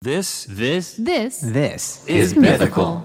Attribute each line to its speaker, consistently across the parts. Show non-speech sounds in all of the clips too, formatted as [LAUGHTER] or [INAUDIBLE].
Speaker 1: This
Speaker 2: This
Speaker 3: This
Speaker 4: This.
Speaker 2: is mythical.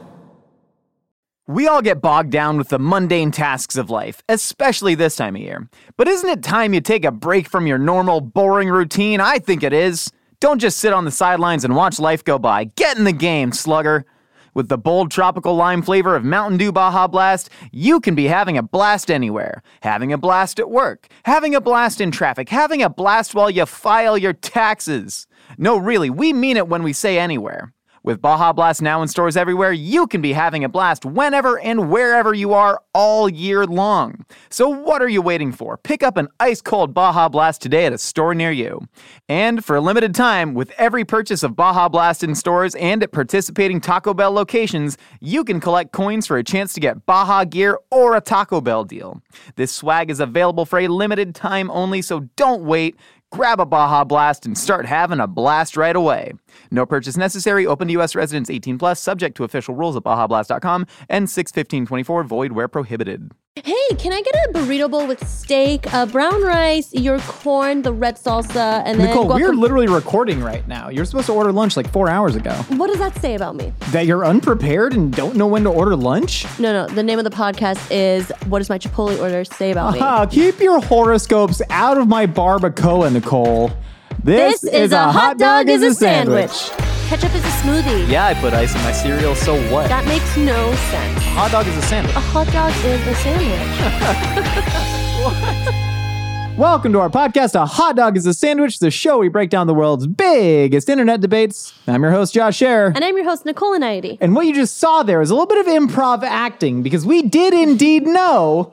Speaker 4: We all get bogged down with the mundane tasks of life, especially this time of year. But isn't it time you take a break from your normal, boring routine? I think it is. Don't just sit on the sidelines and watch life go by. Get in the game, slugger. With the bold tropical lime flavor of Mountain Dew Baja Blast, you can be having a blast anywhere. Having a blast at work, having a blast in traffic, having a blast while you file your taxes. No, really, we mean it when we say anywhere. With Baja Blast now in stores everywhere, you can be having a blast whenever and wherever you are all year long. So, what are you waiting for? Pick up an ice cold Baja Blast today at a store near you. And for a limited time, with every purchase of Baja Blast in stores and at participating Taco Bell locations, you can collect coins for a chance to get Baja gear or a Taco Bell deal. This swag is available for a limited time only, so don't wait. Grab a Baja Blast and start having a blast right away. No purchase necessary. Open to U.S. residents 18 plus. Subject to official rules at BajaBlast.com and 61524. Void where prohibited.
Speaker 5: Hey, can I get a burrito bowl with steak, uh, brown rice, your corn, the red salsa, and then
Speaker 6: Nicole, we're
Speaker 5: guacam-
Speaker 6: literally recording right now. You're supposed to order lunch like four hours ago.
Speaker 5: What does that say about me?
Speaker 6: That you're unprepared and don't know when to order lunch?
Speaker 5: No, no. The name of the podcast is "What Does My Chipotle Order Say About Me."
Speaker 6: Ah, keep your horoscopes out of my barbacoa, Nicole. This,
Speaker 5: Ketchup is a smoothie.
Speaker 4: Yeah, I put ice in my cereal, so what?
Speaker 5: That makes no sense.
Speaker 4: Hot dog is a sandwich.
Speaker 5: A hot dog is a sandwich.
Speaker 6: Welcome to our podcast, A Hot Dog is a Sandwich, the show we break down the world's biggest internet debates. I'm your host, Josh Scherer.
Speaker 5: And I'm your host, Nicole Anaidi.
Speaker 6: And what you just saw there is a little bit of improv acting because we did indeed
Speaker 5: [LAUGHS]
Speaker 6: know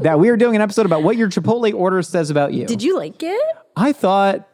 Speaker 6: that we were doing an episode about what your Chipotle order says about you.
Speaker 5: Did you like it?
Speaker 6: I thought,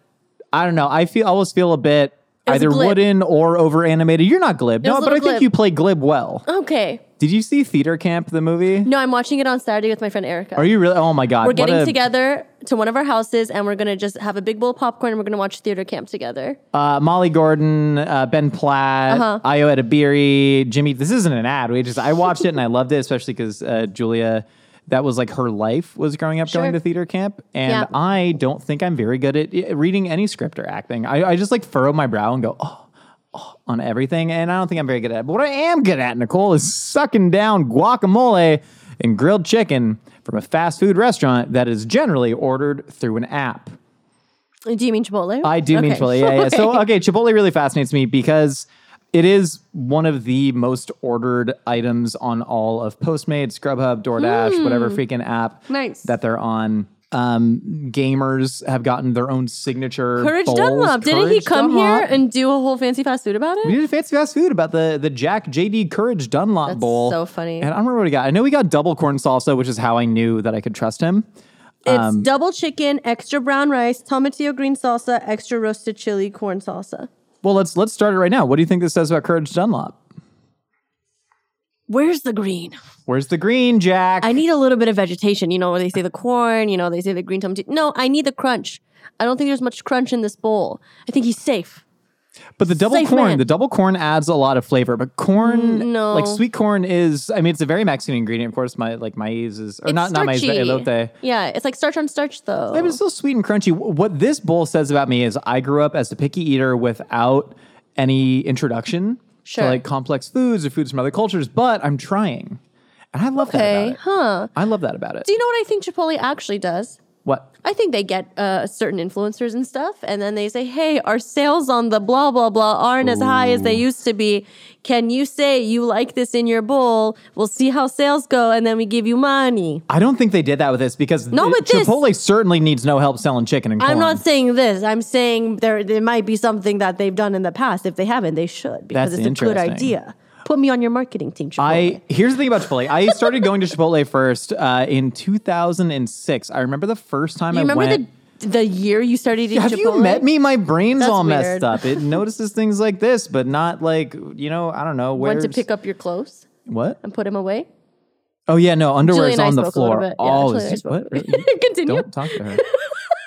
Speaker 6: I don't know, I feel I always feel a bit
Speaker 5: was
Speaker 6: either
Speaker 5: glib.
Speaker 6: wooden or over animated. You're not glib,
Speaker 5: It was
Speaker 6: no,
Speaker 5: a
Speaker 6: but I
Speaker 5: little
Speaker 6: think
Speaker 5: glib.
Speaker 6: you play glib well.
Speaker 5: Okay.
Speaker 6: Did you see Theater Camp, the movie?
Speaker 5: No, I'm watching it on Saturday with my friend Erica.
Speaker 6: Are you really? Oh my God.
Speaker 5: We're
Speaker 6: what
Speaker 5: getting
Speaker 6: a-
Speaker 5: together to one of our houses, and we're gonna just have a big bowl of popcorn, and we're gonna watch theater camp together.
Speaker 6: Uh, Molly Gordon, uh, Ben Platt,
Speaker 5: Uh-huh.
Speaker 6: uh Ayo Edebiri, Jimmy. This isn't an ad. We just I watched it and I loved it, especially because uh, Julia, that was like her life was growing up
Speaker 5: Sure.
Speaker 6: going to theater camp, and
Speaker 5: Yeah.
Speaker 6: I don't think I'm very good at i- reading any script or acting. I, I just like furrow my brow and go oh, oh, on everything, and I don't think I'm very good at. it. But what I am good at, Nicole, is sucking down guacamole and grilled chicken from a fast food restaurant that is generally ordered through an app.
Speaker 5: Do you mean Chipotle?
Speaker 6: I do mean
Speaker 5: Okay.
Speaker 6: Chipotle. Yeah,
Speaker 5: [LAUGHS]
Speaker 6: yeah. So
Speaker 5: Okay.
Speaker 6: okay, Chipotle really fascinates me because it is one of the most ordered items on all of Postmates, Grubhub, DoorDash, whatever freaking app
Speaker 5: Hmm. Nice.
Speaker 6: that they're on. Um, gamers have gotten their own signature.
Speaker 5: Courage
Speaker 6: bowls.
Speaker 5: Dunlop. Didn't he
Speaker 6: Courage
Speaker 5: come
Speaker 6: Dunlop.
Speaker 5: here and do a whole fancy fast food about
Speaker 6: We
Speaker 5: it?
Speaker 6: did a fancy fast food about the the Jack JD Courage Dunlop
Speaker 5: That's
Speaker 6: bowl.
Speaker 5: so funny.
Speaker 6: And I don't remember what he got. I know we got double corn salsa, which is how I knew that I could trust him.
Speaker 5: It's
Speaker 6: um,
Speaker 5: double chicken, extra brown rice, tomatillo green salsa, extra roasted chili corn salsa.
Speaker 6: Well, let's let's start it right now. What do you think this says about Courage Dunlop?
Speaker 5: Where's the green?
Speaker 6: Where's the green, Jack?
Speaker 5: I need a little bit of vegetation. You know, where they say the corn, you know, they say the green tomatillo. No, I need the crunch. I don't think there's much crunch in this bowl. I think he's safe.
Speaker 6: But the double
Speaker 5: Safe
Speaker 6: corn,
Speaker 5: man. Mm,
Speaker 6: the double corn adds a lot of flavor. But corn,
Speaker 5: no.
Speaker 6: like sweet corn, is I mean it's a very Mexican ingredient, of course. My like maize is or
Speaker 5: It's
Speaker 6: not not maize, but
Speaker 5: starchy.
Speaker 6: elote.
Speaker 5: Yeah, it's like starch on starch though.
Speaker 6: But it's still sweet and crunchy. W- What this bowl says about me is I grew up as a picky eater without any introduction
Speaker 5: Sure.
Speaker 6: to like complex foods or foods from other cultures. But I'm trying, and I love that about
Speaker 5: okay,
Speaker 6: it.
Speaker 5: huh?
Speaker 6: I love that about it.
Speaker 5: Do you know what I think Chipotle actually does?
Speaker 6: what?
Speaker 5: I think they get uh, certain influencers and stuff, and then they say, "Hey, our sales on the blah blah blah aren't as high as they used to be. Can you say you like this in your bowl? We'll see how sales go, and then we give you money."
Speaker 6: I don't think they did that with this because
Speaker 5: No,
Speaker 6: the-
Speaker 5: but this-
Speaker 6: Chipotle certainly needs no help selling chicken and corn.
Speaker 5: I'm not saying this. I'm saying there there might be something that they've done in the past. If they haven't, they should because
Speaker 6: That's
Speaker 5: it's a good
Speaker 6: interesting.
Speaker 5: idea. Put me on your marketing team, Chipotle.
Speaker 6: I here's the thing about Chipotle. I started going to Chipotle first uh, in 2006. I remember the first time
Speaker 5: you
Speaker 6: I
Speaker 5: remember
Speaker 6: went.
Speaker 5: the the year you started eating
Speaker 6: Have
Speaker 5: Chipotle?
Speaker 6: you met me? My brain's
Speaker 5: That's
Speaker 6: all messed
Speaker 5: weird.
Speaker 6: up. It notices things like this, but not like you know. I don't know where
Speaker 5: Went to pick up your clothes
Speaker 6: what.
Speaker 5: and put them away.
Speaker 6: Oh yeah, no underwear
Speaker 5: Julie
Speaker 6: is
Speaker 5: and I
Speaker 6: on the
Speaker 5: spoke a little
Speaker 6: floor.
Speaker 5: bit. Yeah,
Speaker 6: Oh,
Speaker 5: Julie and I
Speaker 6: is-
Speaker 5: spoke
Speaker 6: what?
Speaker 5: a [LAUGHS] bit. Continue.
Speaker 6: Don't talk to her. [LAUGHS]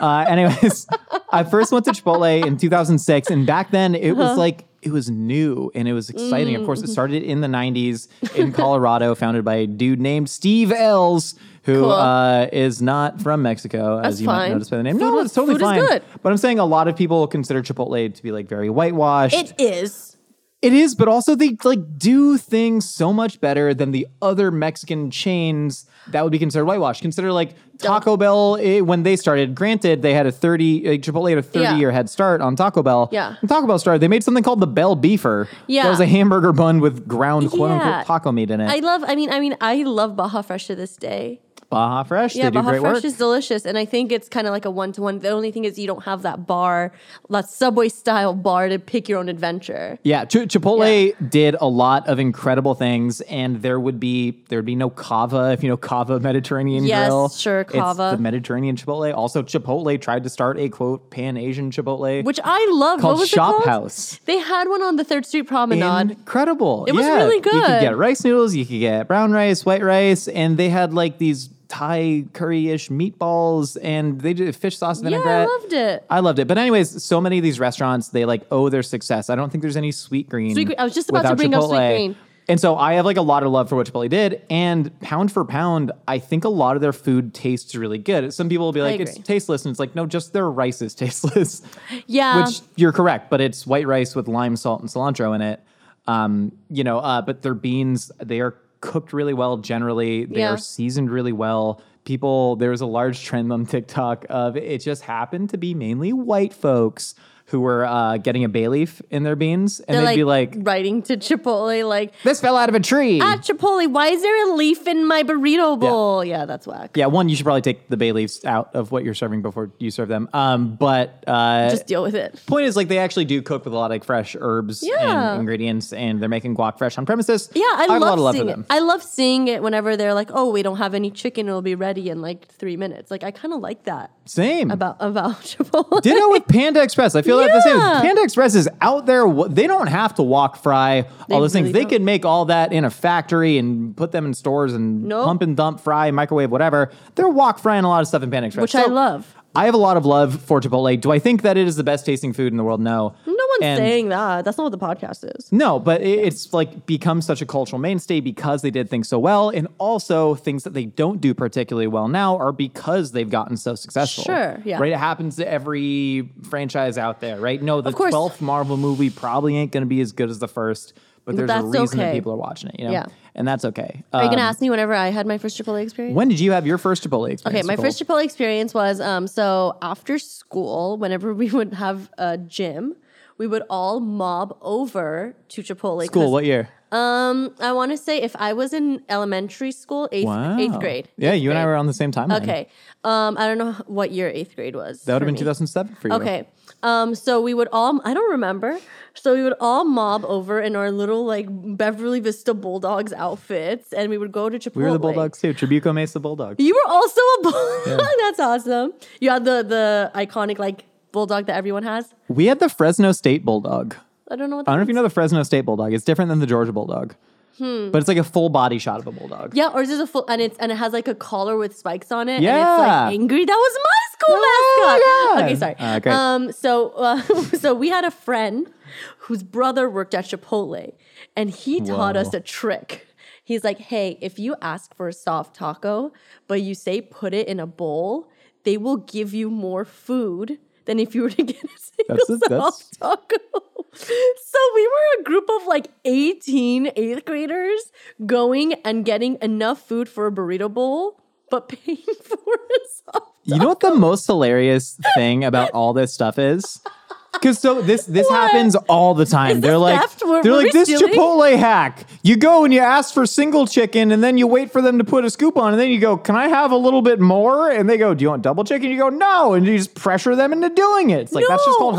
Speaker 5: Uh-huh.
Speaker 6: Uh, anyways, I first went to Chipotle in 2006, and back then it was like it was new and it was exciting. Of
Speaker 5: Mm.
Speaker 6: course, it started in the 90s in Colorado, [LAUGHS] founded by a dude named Steve Ells, who
Speaker 5: Cool.
Speaker 6: uh, is not from Mexico, as
Speaker 5: That's
Speaker 6: you might
Speaker 5: fine.
Speaker 6: notice by the name.
Speaker 5: Food
Speaker 6: no,
Speaker 5: was-
Speaker 6: it's totally
Speaker 5: food is
Speaker 6: fine.
Speaker 5: good.
Speaker 6: But I'm saying a lot of people consider Chipotle to be like very whitewashed.
Speaker 5: It is.
Speaker 6: It is, but also they like do things so much better than the other Mexican chains that would be considered whitewashed. Consider like Taco Bell eh, when they started. Granted, they had a thirty like, Chipotle had a thirty
Speaker 5: Yeah.
Speaker 6: year head start on Taco Bell.
Speaker 5: Yeah.
Speaker 6: when Taco Bell started. They made something called the Bell Beefer. that
Speaker 5: Yeah.
Speaker 6: was a hamburger bun with ground quote
Speaker 5: Yeah.
Speaker 6: unquote taco meat in it.
Speaker 5: I love. I mean, I mean, I love Baja Fresh to this day.
Speaker 6: Baja Fresh,
Speaker 5: Yeah,
Speaker 6: they do
Speaker 5: Baja
Speaker 6: great
Speaker 5: Fresh
Speaker 6: work.
Speaker 5: is delicious, and I think it's kind of like a one to one. The only thing is you don't have that bar, that subway style bar to pick your own adventure.
Speaker 6: Yeah, Ch- Chipotle did a lot of incredible things, and there would be there would be no cava if you know cava Mediterranean
Speaker 5: Yes,
Speaker 6: grill.
Speaker 5: sure,
Speaker 6: It's
Speaker 5: Cava.
Speaker 6: the Mediterranean Chipotle. Also, Chipotle tried to start a quote Pan Asian Chipotle
Speaker 5: Which I love.
Speaker 6: called
Speaker 5: what was
Speaker 6: Shop
Speaker 5: it called?
Speaker 6: House.
Speaker 5: They had one on the Third Street Promenade.
Speaker 6: Incredible!
Speaker 5: It was
Speaker 6: Yeah,
Speaker 5: really
Speaker 6: You could
Speaker 5: good.
Speaker 6: get rice noodles, you could get brown rice, white rice, and they had like these Thai curry ish meatballs, and they did fish sauce
Speaker 5: yeah,
Speaker 6: vinaigrette.
Speaker 5: I loved it.
Speaker 6: I loved it. But anyways, so many of these restaurants they like owe their success. I don't think there's any sweet green.
Speaker 5: Sweet Green- I was just about to
Speaker 6: without
Speaker 5: bring up Sweet
Speaker 6: Chipotle.
Speaker 5: Green.
Speaker 6: And so I have like a lot of love for what Chipotle did. And pound for pound, I think a lot of their food tastes really good. Some people will be like, it's
Speaker 5: agree.
Speaker 6: tasteless. And it's like, no, just their rice is tasteless. [LAUGHS]
Speaker 5: Yeah,
Speaker 6: Which you're correct, but it's white rice with lime, salt, and cilantro in it. Um, you know, uh, but their beans, they are cooked really well generally. They
Speaker 5: Yeah.
Speaker 6: are seasoned really well. People, there was a large trend on TikTok of it just happened to be mainly white folks who were uh, getting a bay leaf in their beans, and
Speaker 5: They're
Speaker 6: they'd be like,
Speaker 5: writing to Chipotle, like
Speaker 6: "This fell out of a tree."
Speaker 5: at Chipotle, why is there a leaf in my burrito bowl? Yeah, that's whack.
Speaker 6: yeah, one, you should probably take the bay leaves out of what you're serving before you serve them. Um, but uh,
Speaker 5: Just deal with it.
Speaker 6: point is like they actually do cook with a lot of like fresh herbs
Speaker 5: Yeah.
Speaker 6: and ingredients and they're making guac fresh on premises
Speaker 5: Yeah, I,
Speaker 6: have a lot
Speaker 5: love
Speaker 6: of love for
Speaker 5: seeing
Speaker 6: them
Speaker 5: it. I love seeing it whenever they're like, "Oh, we don't have any chicken; it'll be ready in like three minutes." Like, I kind of like that
Speaker 6: same
Speaker 5: about [LAUGHS] about Chipotle.
Speaker 6: ditto with panda express i feel like the same
Speaker 5: Yeah.
Speaker 6: panda express is out there Wh- they don't have to walk fry all those
Speaker 5: really
Speaker 6: things they
Speaker 5: don't.
Speaker 6: could make all that in a factory and put them in stores and
Speaker 5: Nope.
Speaker 6: pump and dump fry microwave whatever they're walk frying a lot of stuff in panda
Speaker 5: [LAUGHS]
Speaker 6: express
Speaker 5: Which I love.
Speaker 6: i have a lot of love for chipotle do i think that it is the best tasting food in the world no
Speaker 5: no one's
Speaker 6: And-
Speaker 5: saying that. That's not what the podcast is.
Speaker 6: No, but it, it's like become such a cultural mainstay because they did things so well, and also things that they don't do particularly well now are because they've gotten so successful.
Speaker 5: Sure, yeah.
Speaker 6: Right. It happens to every franchise out there, right? No, the
Speaker 5: Of course.
Speaker 6: twelfth Marvel movie probably ain't going to be as good as the first, but there's a
Speaker 5: that's
Speaker 6: reason that
Speaker 5: okay.
Speaker 6: people are watching it, you know.
Speaker 5: Yeah.
Speaker 6: And that's okay.
Speaker 5: Are you
Speaker 6: Um,
Speaker 5: gonna ask me whenever I had my first Chipotle experience?
Speaker 6: when did you have your first Chipotle
Speaker 5: Okay,
Speaker 6: experience?
Speaker 5: my
Speaker 6: Nicole?
Speaker 5: first Chipotle experience was um, so after school, whenever [LAUGHS] we would have a gym, we would all mob over to Chipotle. 'cause,
Speaker 6: school. What year?
Speaker 5: Um, I want to say if I was in elementary school, eighth,
Speaker 6: Wow.
Speaker 5: eighth grade.
Speaker 6: Yeah,
Speaker 5: eighth
Speaker 6: you and I
Speaker 5: grade.
Speaker 6: were on the same timeline.
Speaker 5: Okay. Um, I don't know what year eighth grade was.
Speaker 6: That would have been
Speaker 5: two
Speaker 6: 2007 for you.
Speaker 5: Okay. Um, so we would all, I don't remember. So we would all mob over in our little like Beverly Vista Bulldogs outfits and we would go to Chipotle.
Speaker 6: We were the Bulldogs too. Tribuco Mesa Bulldogs.
Speaker 5: You were also a bulldog. [LAUGHS] That's awesome. You had the the iconic like bulldog that everyone has.
Speaker 6: We had the Fresno State Bulldog.
Speaker 5: I don't know what. That
Speaker 6: I don't know if you know the Fresno State Bulldog. It's different than the Georgia Bulldog,
Speaker 5: Hmm.
Speaker 6: but it's like a full body shot of a bulldog.
Speaker 5: yeah, or is this a full and it's and it has like a collar with spikes on it.
Speaker 6: Yeah.
Speaker 5: and it's like angry. That was my school
Speaker 6: Oh,
Speaker 5: mascot.
Speaker 6: yeah.
Speaker 5: Okay, sorry.
Speaker 6: Uh, great.
Speaker 5: um, so uh, [LAUGHS] so we had a friend whose brother worked at Chipotle, and he taught
Speaker 6: Whoa.
Speaker 5: us a trick. He's like, hey, if you ask for a soft taco, but you say put it in a bowl, they will give you more food than if you were to [LAUGHS] get a single
Speaker 6: That's it, that's-
Speaker 5: [LAUGHS] soft taco. So we were a group of like 18 eighth graders going and getting enough food for a burrito bowl, but paying [LAUGHS] for a soft
Speaker 6: You know what the most hilarious thing about all this stuff
Speaker 5: [LAUGHS]
Speaker 6: is? Because so this this happens all the time.
Speaker 5: Is
Speaker 6: they're
Speaker 5: this
Speaker 6: like
Speaker 5: theft? Were-
Speaker 6: they're
Speaker 5: were
Speaker 6: like
Speaker 5: we
Speaker 6: this
Speaker 5: stealing?"
Speaker 6: Chipotle hack. You go and you ask for single chicken, and then you wait for them to put a scoop on, and then you go, "Can I have a little bit more?" And they go, "Do you want double chicken?" You go, "No," and you just pressure them into doing it. It's like that's just
Speaker 5: No.
Speaker 6: called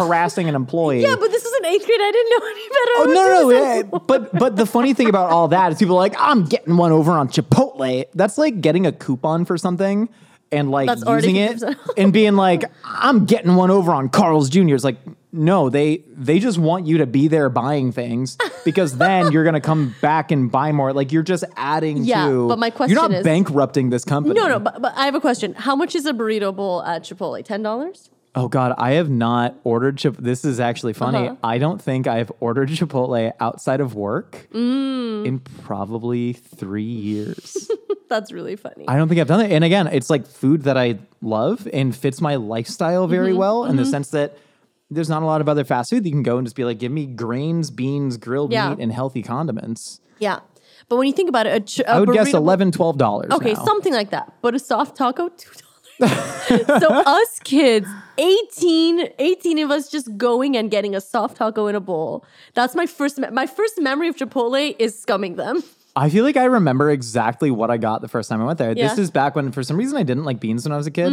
Speaker 5: [LAUGHS]
Speaker 6: harassing an employee.
Speaker 5: Yeah, but this was in eighth grade. I didn't know any better.
Speaker 6: Oh
Speaker 5: I was
Speaker 6: no, no, no!
Speaker 5: just-
Speaker 6: yeah, but but the funny thing about all that is people are like, I'm getting one over on Chipotle. That's like getting a coupon for something and like
Speaker 5: That's already
Speaker 6: using it
Speaker 5: [LAUGHS] 50% off.
Speaker 6: and being like, I'm getting one over on Carl's Jr. It's like, no, they they just want you to be there buying things because then you're gonna come back and buy more. Like you're just adding
Speaker 5: Yeah,
Speaker 6: to.
Speaker 5: but my
Speaker 6: you're not
Speaker 5: question is-
Speaker 6: bankrupting this company.
Speaker 5: No, no, but, but I have a question. How much is a burrito bowl at Chipotle? $10?
Speaker 6: Oh God, I have not ordered Chip. This is actually funny.
Speaker 5: Uh-huh.
Speaker 6: I don't think I've ordered [LAUGHS] Chipotle outside of work
Speaker 5: Mm.
Speaker 6: in probably three years.
Speaker 5: That's really funny.
Speaker 6: I don't think I've done it. And again, it's like food that I love and fits my lifestyle
Speaker 5: Mm-hmm.
Speaker 6: very well in the sense that there's not a lot of other fast food that you can go and just be like, give me grains, beans, grilled
Speaker 5: Yeah.
Speaker 6: meat, and healthy condiments.
Speaker 5: yeah. But when you think about it, a ch- a
Speaker 6: I would guess
Speaker 5: burrito-
Speaker 6: 11 $12 dollars.
Speaker 5: Uh, Okay,
Speaker 6: now.
Speaker 5: something like that. But a soft taco, two
Speaker 6: [LAUGHS]
Speaker 5: dollars. so us kids, 18, 18 of us just going and getting a soft taco in a bowl. That's my first me- my first memory of Chipotle is scumming them.
Speaker 6: I feel like I remember exactly what I got the first time I went there. This
Speaker 5: Yeah. Mm-hmm.
Speaker 6: is back when, for some reason, I didn't like beans when I was a kid.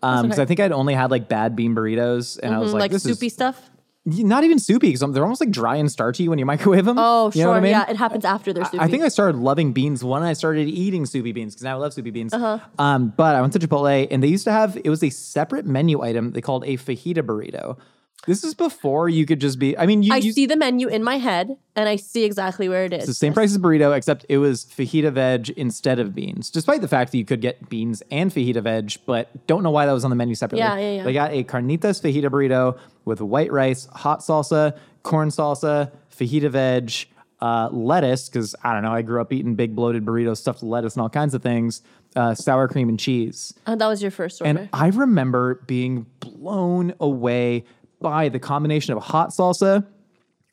Speaker 6: Because I think I'd only had like bad bean burritos, and I was like,
Speaker 5: Mm-hmm. Like,
Speaker 6: this
Speaker 5: soupy
Speaker 6: is
Speaker 5: stuff.
Speaker 6: not even soupy because they're almost like dry and starchy when you [LAUGHS] microwave them.
Speaker 5: Oh,
Speaker 6: You
Speaker 5: sure.
Speaker 6: know what I mean?
Speaker 5: Yeah, it happens after they're soupy.
Speaker 6: I think I started loving beans when I started eating soupy beans because now I love soupy beans.
Speaker 5: Uh-huh.
Speaker 6: Um, but I went to Chipotle and they used to have it was a separate menu item they called a fajita burrito. This is before you could just be. I mean, you,
Speaker 5: I
Speaker 6: you
Speaker 5: see the menu in my head and I see exactly where it is.
Speaker 6: it's the same price as burrito except it was fajita veg instead of beans. Despite the fact that you could get beans and fajita veg, but don't know why that was on the menu separately.
Speaker 5: Yeah, yeah, yeah.
Speaker 6: They got a carnitas fajita burrito with white rice, hot salsa, corn salsa, fajita veg, uh, lettuce, because I don't know, I grew up eating big bloated burritos, stuffed lettuce and all kinds of things, uh, sour cream and cheese.
Speaker 5: Uh, that was your first order.
Speaker 6: And I remember being blown away by the combination of hot salsa,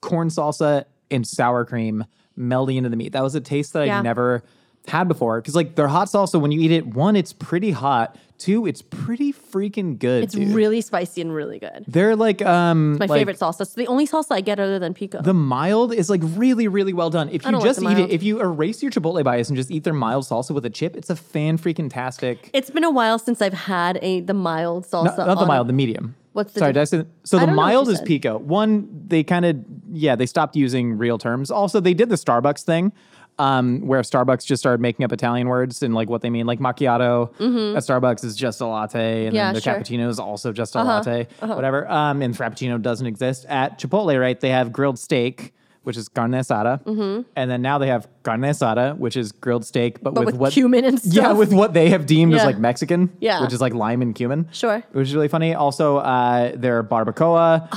Speaker 6: corn salsa, and sour cream melding into the meat. That was a taste that
Speaker 5: Yeah.
Speaker 6: I'd never had before. Because like their hot salsa, when you eat it, one, it's pretty hot. Two, it's pretty freaking good.
Speaker 5: it's
Speaker 6: dude.
Speaker 5: really spicy and really good.
Speaker 6: They're like um
Speaker 5: My
Speaker 6: like,
Speaker 5: favorite salsa. It's the only salsa I get other than pico.
Speaker 6: the mild is like really, really well done. If
Speaker 5: I
Speaker 6: you
Speaker 5: don't like
Speaker 6: just
Speaker 5: the
Speaker 6: eat it,
Speaker 5: mild.
Speaker 6: if you erase your Chipotle bias and just eat their mild salsa with a chip, it's a fan freaking tastic.
Speaker 5: it's been a while since I've had a the mild
Speaker 6: No,
Speaker 5: salsa.
Speaker 6: not the
Speaker 5: on a-
Speaker 6: mild, the medium.
Speaker 5: What's the
Speaker 6: sorry? Did I say, so
Speaker 5: I
Speaker 6: the
Speaker 5: don't know what
Speaker 6: mild
Speaker 5: you
Speaker 6: is
Speaker 5: said.
Speaker 6: pico. One, they kind of yeah, they stopped using real terms. Also, they did the Starbucks thing, um, where Starbucks just started making up Italian words and like what they mean, like macchiato at Starbucks is just a latte, and
Speaker 5: Mm-hmm. Yeah,
Speaker 6: then the
Speaker 5: sure. Uh-huh,
Speaker 6: cappuccino is also just a latte, whatever. Um, and frappuccino doesn't exist at Chipotle, right? They have grilled steak. Which is carne asada,
Speaker 5: Mm-hmm.
Speaker 6: and then now they have carne asada, which is grilled steak, but,
Speaker 5: but
Speaker 6: with,
Speaker 5: with,
Speaker 6: what
Speaker 5: cumin and stuff.
Speaker 6: [LAUGHS] yeah, with what they have deemed as
Speaker 5: Yeah.
Speaker 6: like Mexican,
Speaker 5: Yeah.
Speaker 6: which is like lime and cumin,
Speaker 5: Sure.
Speaker 6: which is really funny. Also, uh, their barbacoa.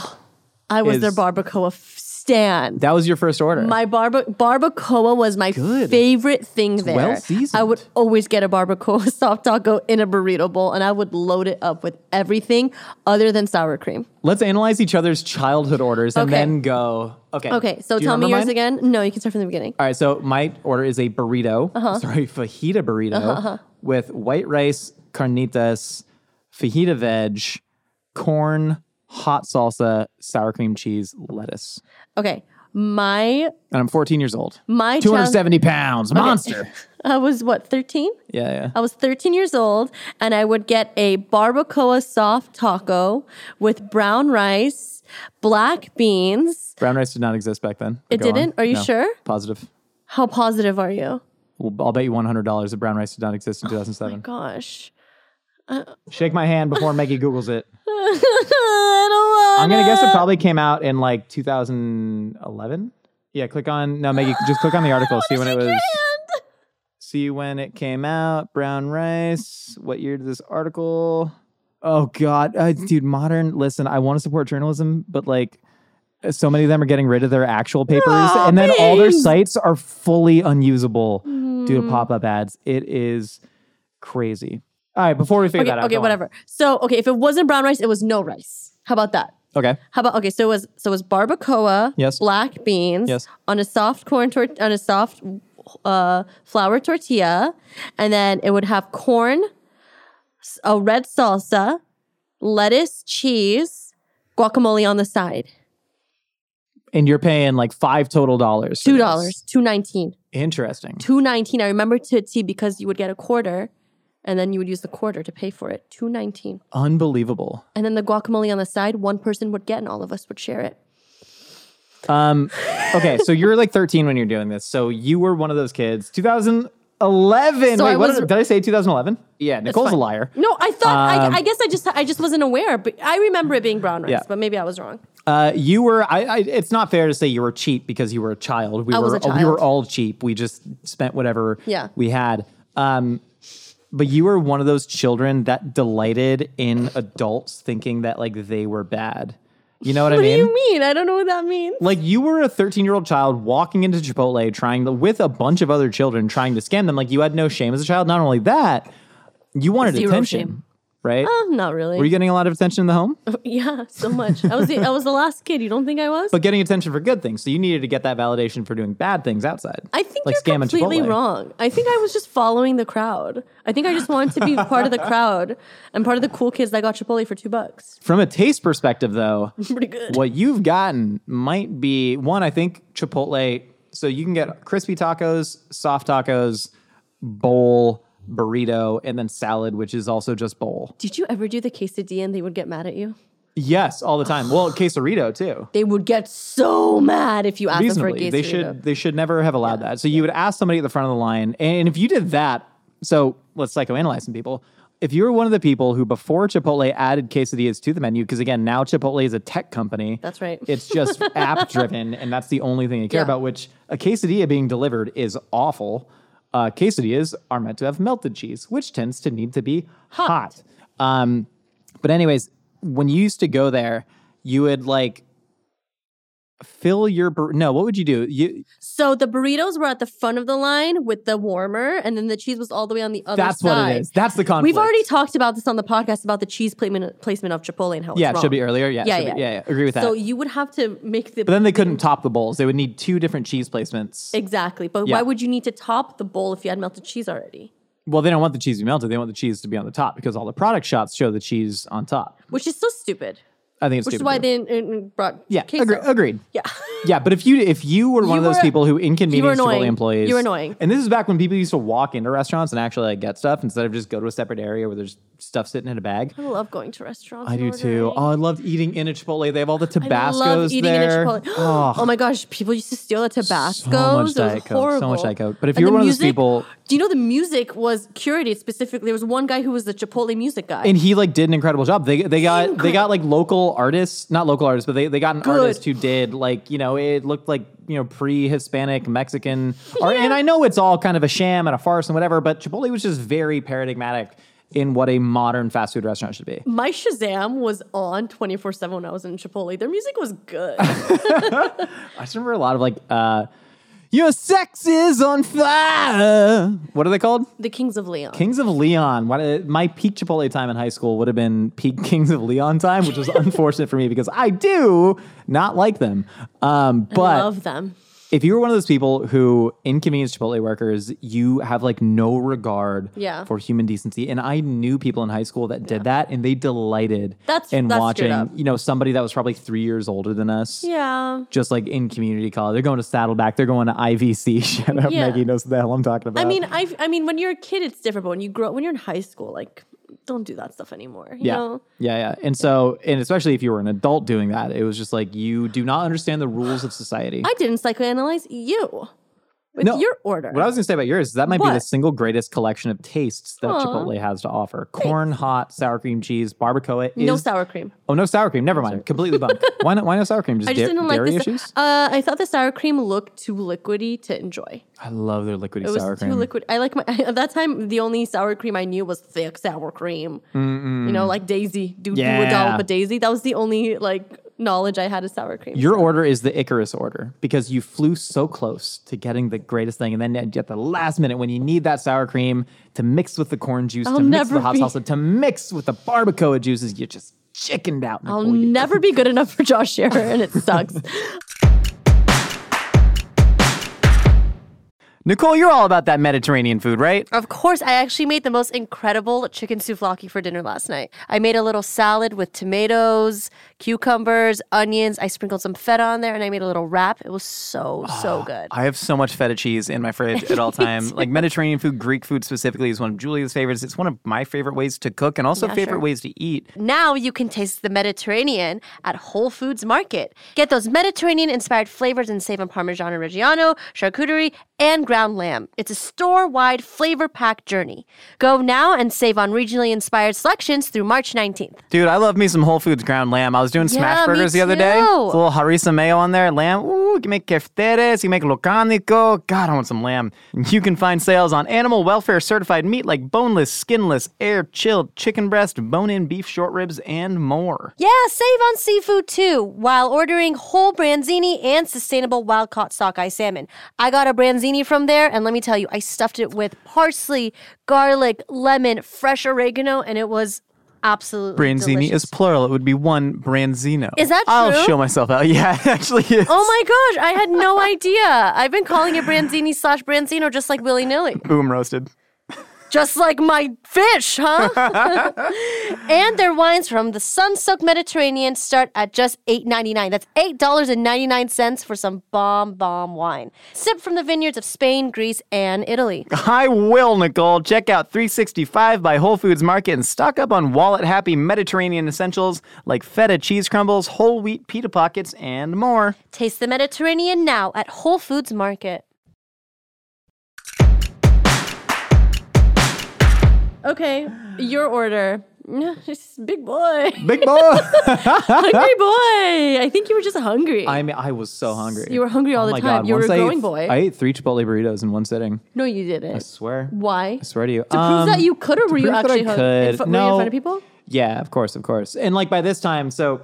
Speaker 5: I was
Speaker 6: is-
Speaker 5: their barbacoa f- stan.
Speaker 6: That was your first order.
Speaker 5: my barba- barbacoa was my
Speaker 6: Good.
Speaker 5: favorite thing there.
Speaker 6: well-seasoned.
Speaker 5: I would always get a barbacoa [LAUGHS] soft taco in a burrito bowl, and I would load it up with everything other than sour cream.
Speaker 6: Let's analyze each other's childhood orders and
Speaker 5: Okay.
Speaker 6: then go. Okay.
Speaker 5: Okay, so
Speaker 6: Do you
Speaker 5: tell me
Speaker 6: remember
Speaker 5: yours
Speaker 6: mine?
Speaker 5: again. No, you can start from the beginning.
Speaker 6: All right. So my order is a burrito.
Speaker 5: Uh-huh.
Speaker 6: Sorry, [LAUGHS] fajita burrito with white rice, carnitas, fajita veg, corn, hot salsa, sour cream cheese, lettuce.
Speaker 5: Okay, my
Speaker 6: And I'm 14 years old.
Speaker 5: my child-
Speaker 6: 270 pounds,
Speaker 5: [LAUGHS]
Speaker 6: monster.
Speaker 5: I was what thirteen.
Speaker 6: yeah, yeah.
Speaker 5: I was 13 years old and I would get a barbacoa soft taco with brown rice, black beans.
Speaker 6: Brown rice did not exist back then. but
Speaker 5: It
Speaker 6: go on.
Speaker 5: didn't? Are you
Speaker 6: No.
Speaker 5: sure?
Speaker 6: Positive.
Speaker 5: How positive are you?
Speaker 6: Well, I'll bet you one hundred dollars that brown rice did not exist in two thousand seven.
Speaker 5: Gosh.
Speaker 6: Oh Shake my hand before Maggie Google's [LAUGHS] it.
Speaker 5: I don't
Speaker 6: I'm
Speaker 5: want
Speaker 6: gonna guess
Speaker 5: [LAUGHS]
Speaker 6: it probably came out in like 2011. Yeah, click on no Maggie. Just click on the article. See when it was. See when it came out. Brown rice. What year did this article? Oh God, uh, dude. Modern. Listen, I want to support journalism, but like. uh, So many of them are getting rid of their actual papers,
Speaker 5: Aw,
Speaker 6: and then all their
Speaker 5: please. Hmm.
Speaker 6: sites are fully unusable due to pop-up ads. It is crazy. All right, before we figure
Speaker 5: Okay,
Speaker 6: that out,
Speaker 5: okay
Speaker 6: go on.
Speaker 5: whatever. So, okay, if it wasn't brown rice, it was no rice. How about that?
Speaker 6: Okay,
Speaker 5: How about okay? So it was so it was barbacoa,
Speaker 6: Yes.
Speaker 5: black beans,
Speaker 6: Yes.
Speaker 5: on a soft corn tor- on a soft uh, flour tortilla, and then it would have corn, s- a red salsa, lettuce, cheese, guacamole on the side.
Speaker 6: and you're paying like five total dollars. for
Speaker 5: Two
Speaker 6: this.
Speaker 5: dollars, two nineteen,
Speaker 6: Interesting.
Speaker 5: two nineteen. I remember to a T because you would get a quarter, and then you would use the quarter to pay for it. Two nineteen,
Speaker 6: Unbelievable.
Speaker 5: and then the guacamole on the side. One person would get, and all of us would share it.
Speaker 6: Um, okay, so you're like 13 when you're doing this. So you were one of those kids. 2011.
Speaker 5: So
Speaker 6: Wait,
Speaker 5: I
Speaker 6: what
Speaker 5: was-
Speaker 6: did, did I say 2011? Yeah, Nicole's a
Speaker 5: fine.
Speaker 6: liar.
Speaker 5: No, I thought.
Speaker 6: Um,
Speaker 5: I, I guess I just I just wasn't aware. But I remember it being brown rice,
Speaker 6: Yeah.
Speaker 5: but maybe I was wrong.
Speaker 6: Uh, you were. I, I. It's not fair to say you were cheap because you were a child. We
Speaker 5: I
Speaker 6: were.
Speaker 5: was a
Speaker 6: We were
Speaker 5: child.
Speaker 6: all cheap. We just spent whatever.
Speaker 5: Yeah.
Speaker 6: We had. Um, but you were one of those children that delighted in adults thinking that like they were bad. You know what, I
Speaker 5: What do
Speaker 6: mean?
Speaker 5: you mean? I don't know what that means.
Speaker 6: Like you were a 13 year old child walking into Chipotle trying to, with a bunch of other children trying to scam them. Like you had no shame as a child. Not only that, you wanted
Speaker 5: Zero
Speaker 6: attention,
Speaker 5: shame.
Speaker 6: right?
Speaker 5: Oh, not really.
Speaker 6: were you getting a lot of attention in the
Speaker 5: [LAUGHS]
Speaker 6: home?
Speaker 5: yeah, so much. I was the, I was the last kid. You don't think I was?
Speaker 6: But getting attention for good things. So you needed to get that validation for doing bad things outside.
Speaker 5: I think
Speaker 6: like
Speaker 5: you're
Speaker 6: scamming
Speaker 5: completely
Speaker 6: Chipotle.
Speaker 5: wrong. I think I was just following the crowd. I think I just wanted to be part of the crowd and part of the cool kids that got Chipotle for two bucks.
Speaker 6: From a taste
Speaker 5: [LAUGHS]
Speaker 6: perspective, though,
Speaker 5: Pretty good.
Speaker 6: what you've gotten might be one, I think Chipotle. So you can get crispy tacos, soft tacos, bowl, burrito, and then salad, which is also just bowl.
Speaker 5: Did you ever do the quesadilla and they would get mad at you?
Speaker 6: Yes, all the time. Well, quesarito too.
Speaker 5: They would get so mad if you asked them for a
Speaker 6: Reasonably,
Speaker 5: quesadilla.
Speaker 6: they should they should never have allowed that. So you would ask somebody at the front of the line, and if you did that, so let's psychoanalyze some people. If you were one of the people who before Chipotle added quesadillas to the menu, because again, now Chipotle is a tech company.
Speaker 5: That's right.
Speaker 6: It's
Speaker 5: [LAUGHS]
Speaker 6: just app driven, and that's the only thing they care
Speaker 5: Yeah.
Speaker 6: about. Which a quesadilla being delivered is awful. Uh, quesadillas are meant to have melted cheese, which tends to need to be hot. Um, but anyways, when you used to go there, you would like fill your bur- no. What would you do? You
Speaker 5: So the burritos were at the front of the line with the warmer, and then the cheese was all the way on the other
Speaker 6: that's
Speaker 5: side.
Speaker 6: what it is. That's the conflict.
Speaker 5: We've already talked about this on the podcast about the cheese placement, placement of Chipotle and how
Speaker 6: yeah,
Speaker 5: it's
Speaker 6: it
Speaker 5: wrong.
Speaker 6: should be earlier. Yeah, it
Speaker 5: Yeah,
Speaker 6: should be-
Speaker 5: yeah.
Speaker 6: yeah, yeah. Agree with that.
Speaker 5: So you would have to make the
Speaker 6: but then they couldn't top the bowls. They would need two different cheese
Speaker 5: [LAUGHS]
Speaker 6: placements.
Speaker 5: exactly. But
Speaker 6: Yeah.
Speaker 5: why would you need to top the bowl if you had melted cheese already?
Speaker 6: well, they don't want the cheese to be melted. They want the cheese to be on the top because all the product shots show the cheese on top.
Speaker 5: Which is so stupid.
Speaker 6: I think it's
Speaker 5: Which is
Speaker 6: stupid.
Speaker 5: why they uh, brought
Speaker 6: yeah,
Speaker 5: queso.
Speaker 6: agree- agreed.
Speaker 5: Yeah. [LAUGHS]
Speaker 6: Yeah, but if you if you were one of
Speaker 5: You
Speaker 6: those
Speaker 5: were-
Speaker 6: people who inconvenienced Chipotle
Speaker 5: annoying.
Speaker 6: employees,
Speaker 5: You were annoying.
Speaker 6: And this is back when people used to walk into restaurants and actually like get stuff instead of just go to a separate area where there's stuff sitting in a bag.
Speaker 5: I love going to restaurants.
Speaker 6: I do
Speaker 5: and
Speaker 6: too.
Speaker 5: ordering.
Speaker 6: Oh, I loved eating in a Chipotle. They have all the Tabascos
Speaker 5: I love eating
Speaker 6: there.
Speaker 5: in a Chipotle. [GASPS]
Speaker 6: Oh,
Speaker 5: Oh. my gosh, people used to steal the Tabascos.
Speaker 6: much
Speaker 5: It was
Speaker 6: Diet Coke, so much
Speaker 5: horrible.
Speaker 6: Diet Coke. But if
Speaker 5: And
Speaker 6: you're
Speaker 5: the
Speaker 6: one of those
Speaker 5: music-
Speaker 6: people-
Speaker 5: do you know the music was curated specifically? There was one guy who was the Chipotle music guy.
Speaker 6: and he like did an incredible job. They they got they
Speaker 5: Incredible.
Speaker 6: got like local artists, not local artists, but they, they got an
Speaker 5: Good.
Speaker 6: artist who did like you know it looked like you know pre-Hispanic Mexican. Or, and I know it's all kind of a sham and a farce and whatever, but Chipotle was just very paradigmatic in what a modern fast food restaurant should be.
Speaker 5: my Shazam was on 24 7 when I was in Chipotle. Their music was good.
Speaker 6: [LAUGHS] I just remember a lot of like uh, your sex is on fire. What are they called?
Speaker 5: the Kings of Leon.
Speaker 6: Kings of Leon. What, my peak Chipotle time in high school would have been peak [LAUGHS] Kings of Leon time, which was unfortunate for me because I do not like them. Um, but
Speaker 5: Love them.
Speaker 6: if you were one of those people who inconvenience Chipotle workers, you have like no regard
Speaker 5: Yeah.
Speaker 6: for human decency. And I knew people in high school that did that and they delighted
Speaker 5: That's-
Speaker 6: in
Speaker 5: that's screwed
Speaker 6: watching,
Speaker 5: up.
Speaker 6: you know, somebody that was probably three years older than us.
Speaker 5: Yeah.
Speaker 6: Just like in community college, they're going to Saddleback, they're going to [LAUGHS] IVC. Shout out,
Speaker 5: Yeah.
Speaker 6: Maggie knows what the hell I'm talking about.
Speaker 5: I mean, I I mean, when you're a kid, it's different. But when you grow up, when you're in high school, like, don't do that stuff anymore. You
Speaker 6: Yeah.
Speaker 5: know?
Speaker 6: Yeah, yeah. And so, and especially if you were an adult doing that, it was just like you do not understand the rules of society.
Speaker 5: I didn't psychoanalyze you with
Speaker 6: No.
Speaker 5: your order.
Speaker 6: what I was going to say about yours is that might be the
Speaker 5: What?
Speaker 6: single greatest collection of tastes that
Speaker 5: Aw.
Speaker 6: Chipotle has to offer. Corn hot, sour cream cheese, barbacoa.
Speaker 5: no
Speaker 6: is-
Speaker 5: sour cream.
Speaker 6: Oh, no sour cream. Never mind. Completely bumped. why not? Why no sour
Speaker 5: [LAUGHS]
Speaker 6: cream? Just,
Speaker 5: I just
Speaker 6: da-
Speaker 5: didn't like
Speaker 6: dairy
Speaker 5: this.
Speaker 6: issues.
Speaker 5: Uh, I thought the sour cream looked too liquidy to enjoy.
Speaker 6: I love their liquidy
Speaker 5: It was
Speaker 6: sour
Speaker 5: too
Speaker 6: cream.
Speaker 5: liquid. I like my [LAUGHS] at that time. The only sour cream I knew was thick sour cream. You know, like Daisy, do, do
Speaker 6: Yeah.
Speaker 5: a dollop of Daisy. That was the only like knowledge I had of sour cream.
Speaker 6: Your order is the Icarus order because you flew so close to getting the greatest thing, and then at the last minute, when you need that sour cream to mix with the corn juice,
Speaker 5: I'll
Speaker 6: to mix with the
Speaker 5: never
Speaker 6: hot
Speaker 5: be-
Speaker 6: salsa, to mix with the barbacoa juices, you just chickened out.
Speaker 5: I'll
Speaker 6: Nicole. You-
Speaker 5: never be good enough for Josh Scherer, and it
Speaker 6: [LAUGHS]
Speaker 5: sucks.
Speaker 4: Nicole, you're all about that Mediterranean food, right?
Speaker 1: Of course, I actually made the most incredible chicken souvlaki for dinner last night. I made a little salad with tomatoes, cucumbers, onions. I sprinkled some feta on there and I made a little wrap. It was so,
Speaker 6: Ah,
Speaker 1: so good.
Speaker 4: I have so much feta cheese in my fridge at
Speaker 5: [LAUGHS]
Speaker 4: all time. like Mediterranean food, Greek food specifically is one of Julia's favorites. It's one of my favorite ways to cook and also favorite ways to eat.
Speaker 1: Now you can taste the Mediterranean at Whole Foods Market. Get those Mediterranean inspired flavors and save on Parmesan and Reggiano, charcuterie, and ground lamb. It's a store wide flavor packed journey. Go now and save on regionally inspired selections through March 19th.
Speaker 4: Dude, I love me some Whole Foods ground lamb. I was doing smash
Speaker 1: Yeah, me
Speaker 4: burgers the other day.
Speaker 1: too.
Speaker 4: It's a little harissa mayo on there, lamb. Ooh, You can make kefteres. You can make locanico. God, I want some lamb. You can find sales on animal welfare certified meat like boneless, skinless, air chilled chicken breast, bone in beef short ribs, and more.
Speaker 1: Yeah, save on seafood too while ordering whole branzini and sustainable wild caught sockeye salmon. I got a branzini from there, and let me tell you, I stuffed it with parsley, garlic, lemon, fresh oregano, and it was absolutely
Speaker 4: Branzini
Speaker 1: delicious.
Speaker 4: is plural. It would be one branzino.
Speaker 1: Is that
Speaker 4: I'll
Speaker 1: true?
Speaker 4: show myself out. [LAUGHS] Yeah, it actually is.
Speaker 1: Oh my gosh, I had no idea. I've been calling it branzini slash branzino just like willy nilly.
Speaker 4: Boom roasted.
Speaker 1: Just like my fish, huh? and their wines from the sun-soaked Mediterranean start at just $8.99. That's $8.99 for some bomb bomb wine. Sip from the vineyards of Spain, Greece, and Italy.
Speaker 4: I will, Nicole. Check out 365 by Whole Foods Market and stock up on wallet happy Mediterranean essentials like feta cheese crumbles, whole wheat pita pockets, and more.
Speaker 1: Taste the Mediterranean now at Whole Foods Market.
Speaker 5: Okay, your order. [LAUGHS] It's Big boy.
Speaker 6: Big boy.
Speaker 5: hungry boy. I think you were just hungry.
Speaker 6: [LAUGHS] I mean, I was so hungry.
Speaker 5: You were hungry all
Speaker 6: Oh
Speaker 5: the
Speaker 6: my
Speaker 5: time.
Speaker 6: God,
Speaker 5: You were a
Speaker 6: once I ate-
Speaker 5: growing boy.
Speaker 6: I ate three Chipotle burritos in one sitting.
Speaker 5: no, you
Speaker 6: I
Speaker 5: didn't.
Speaker 6: swear.
Speaker 5: Why?
Speaker 6: I swear to you. Um,
Speaker 5: To prove that you could, or were you
Speaker 6: prove that I
Speaker 5: actually hung- in
Speaker 6: could.
Speaker 5: fr- were you in front
Speaker 6: No.
Speaker 5: of people?
Speaker 6: Yeah, of course, of course. And like by this time, so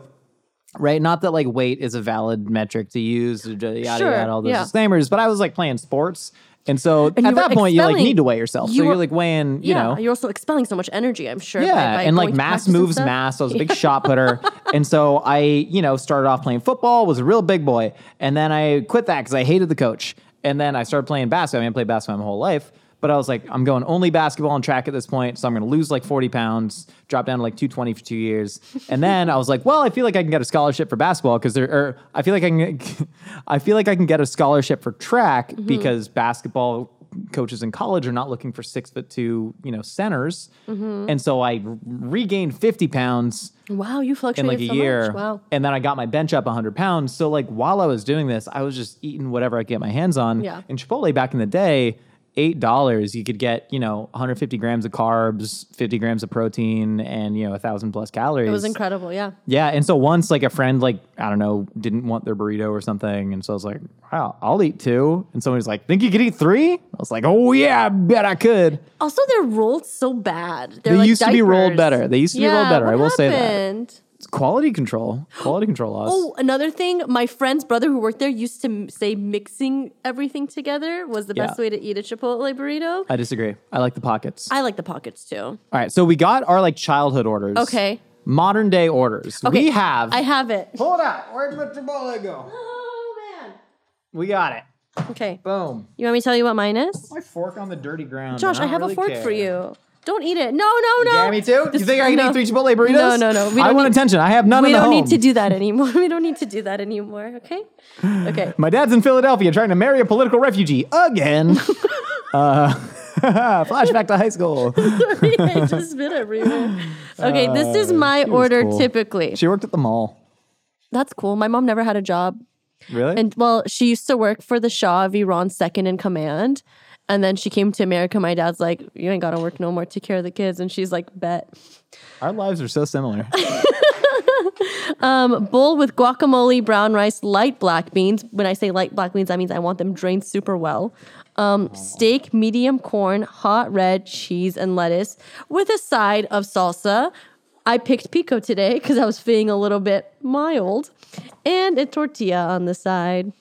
Speaker 6: right, not that like weight is a valid metric to use, yada yada,
Speaker 5: Sure,
Speaker 6: yada all those
Speaker 5: yeah.
Speaker 6: disclaimers. But I was like playing sports, and so
Speaker 5: And you
Speaker 6: at
Speaker 5: were
Speaker 6: that point, you like
Speaker 5: expelling-
Speaker 6: need to weigh yourself.
Speaker 5: you
Speaker 6: so
Speaker 5: were-
Speaker 6: you're like weighing, you
Speaker 5: yeah,
Speaker 6: know,
Speaker 5: you're also expelling so much energy. I'm sure. by-
Speaker 6: yeah,
Speaker 5: by
Speaker 6: and like
Speaker 5: going to practice
Speaker 6: mass
Speaker 5: and
Speaker 6: moves
Speaker 5: stuff.
Speaker 6: mass. I was a big shot
Speaker 5: [LAUGHS]
Speaker 6: putter, and so I, you know, started off playing football, was a real big boy, and then I quit that because I hated the coach, and then I started playing basketball. I mean, I played basketball my whole life, but I was like, I'm going only basketball and track at this point, so I'm going to lose like 40 pounds, drop down to like 220 for two years, and then I was like, well, I feel like I can get a scholarship for basketball because there, or I feel like I can, [LAUGHS] I feel like I can get a scholarship for track
Speaker 5: Mm-hmm.
Speaker 6: because basketball coaches in college are not looking for six foot two, you know, centers. And so I regained 50 pounds
Speaker 5: Wow, Mm-hmm. you
Speaker 6: in
Speaker 5: fluctuated
Speaker 6: like a
Speaker 5: so
Speaker 6: year.
Speaker 5: Much. Wow.
Speaker 6: And then I got my bench up 100 pounds. So, like, while I was doing this, I was just eating whatever I could get my hands on.
Speaker 5: Yeah.
Speaker 6: And Chipotle back in the day, $8, you could get, you know, 150 grams of carbs, 50 grams of protein, and, you know, a thousand plus calories.
Speaker 5: It was incredible. Yeah.
Speaker 6: Yeah, and so once like a friend like I don't know didn't want their burrito or something, and so I was like, "Wow, I'll eat two. And somebody's like, "Think you could eat three? I was like, "Oh yeah, I bet I could."
Speaker 5: Also, they're rolled so bad. They're
Speaker 6: They
Speaker 5: like
Speaker 6: used to be
Speaker 5: diapers.
Speaker 6: rolled better. They used to be rolled
Speaker 5: Yeah,
Speaker 6: better. I
Speaker 5: what
Speaker 6: will say that.
Speaker 5: happened?
Speaker 6: It's quality control, quality control laws.
Speaker 5: Oh, another thing, my friend's brother who worked there used to m- say mixing everything together was the best
Speaker 6: Yeah.
Speaker 5: way to eat a Chipotle burrito.
Speaker 6: I disagree. I like the pockets.
Speaker 5: I like the pockets too.
Speaker 6: All right, so we got our like childhood orders.
Speaker 5: Okay.
Speaker 6: Modern day orders.
Speaker 5: Okay,
Speaker 6: We have.
Speaker 5: I have it.
Speaker 6: Hold up. Where'd my Chipotle go?
Speaker 5: Oh man.
Speaker 6: We got it.
Speaker 5: Okay.
Speaker 6: Boom.
Speaker 5: You want me to tell you what mine is?
Speaker 6: My fork on the dirty ground.
Speaker 5: Josh, I,
Speaker 6: and don't
Speaker 5: have
Speaker 6: really
Speaker 5: a fork for
Speaker 6: care.
Speaker 5: you. Don't eat it. No, no, no.
Speaker 6: Yeah, me too.
Speaker 5: This-
Speaker 6: you think I can
Speaker 5: no.
Speaker 6: eat three Chipotle burritos?
Speaker 5: No, no, no. We
Speaker 6: I
Speaker 5: don't
Speaker 6: want
Speaker 5: need-
Speaker 6: attention. I have none
Speaker 5: We
Speaker 6: in the
Speaker 5: don't
Speaker 6: home.
Speaker 5: need to do that anymore. [LAUGHS] We don't need to do that anymore. Okay. Okay. [LAUGHS]
Speaker 6: My dad's in Philadelphia trying to marry a political refugee
Speaker 5: [LAUGHS]
Speaker 6: again. uh, [LAUGHS] flashback to
Speaker 5: [LAUGHS]
Speaker 6: high school.
Speaker 5: I just bit
Speaker 6: [LAUGHS]
Speaker 5: everywhere. Okay, this is my
Speaker 6: Oh, she was
Speaker 5: order
Speaker 6: cool.
Speaker 5: typically.
Speaker 6: She worked at the mall.
Speaker 5: That's cool. My mom never had a job.
Speaker 6: Really?
Speaker 5: And well, she used to work for the Shah of Iran's second in command. And then she came to America. My dad's like, You ain't gotta work no more. Take care of the kids. And she's like, Bet.
Speaker 6: Our lives are so similar.
Speaker 5: Bowl with guacamole, brown rice, light black beans. When I say light black beans, that means I want them drained super well. Um, steak, medium corn, hot red cheese, and lettuce with a side of salsa. I picked pico today because I was feeling a little bit mild, and a tortilla on the side.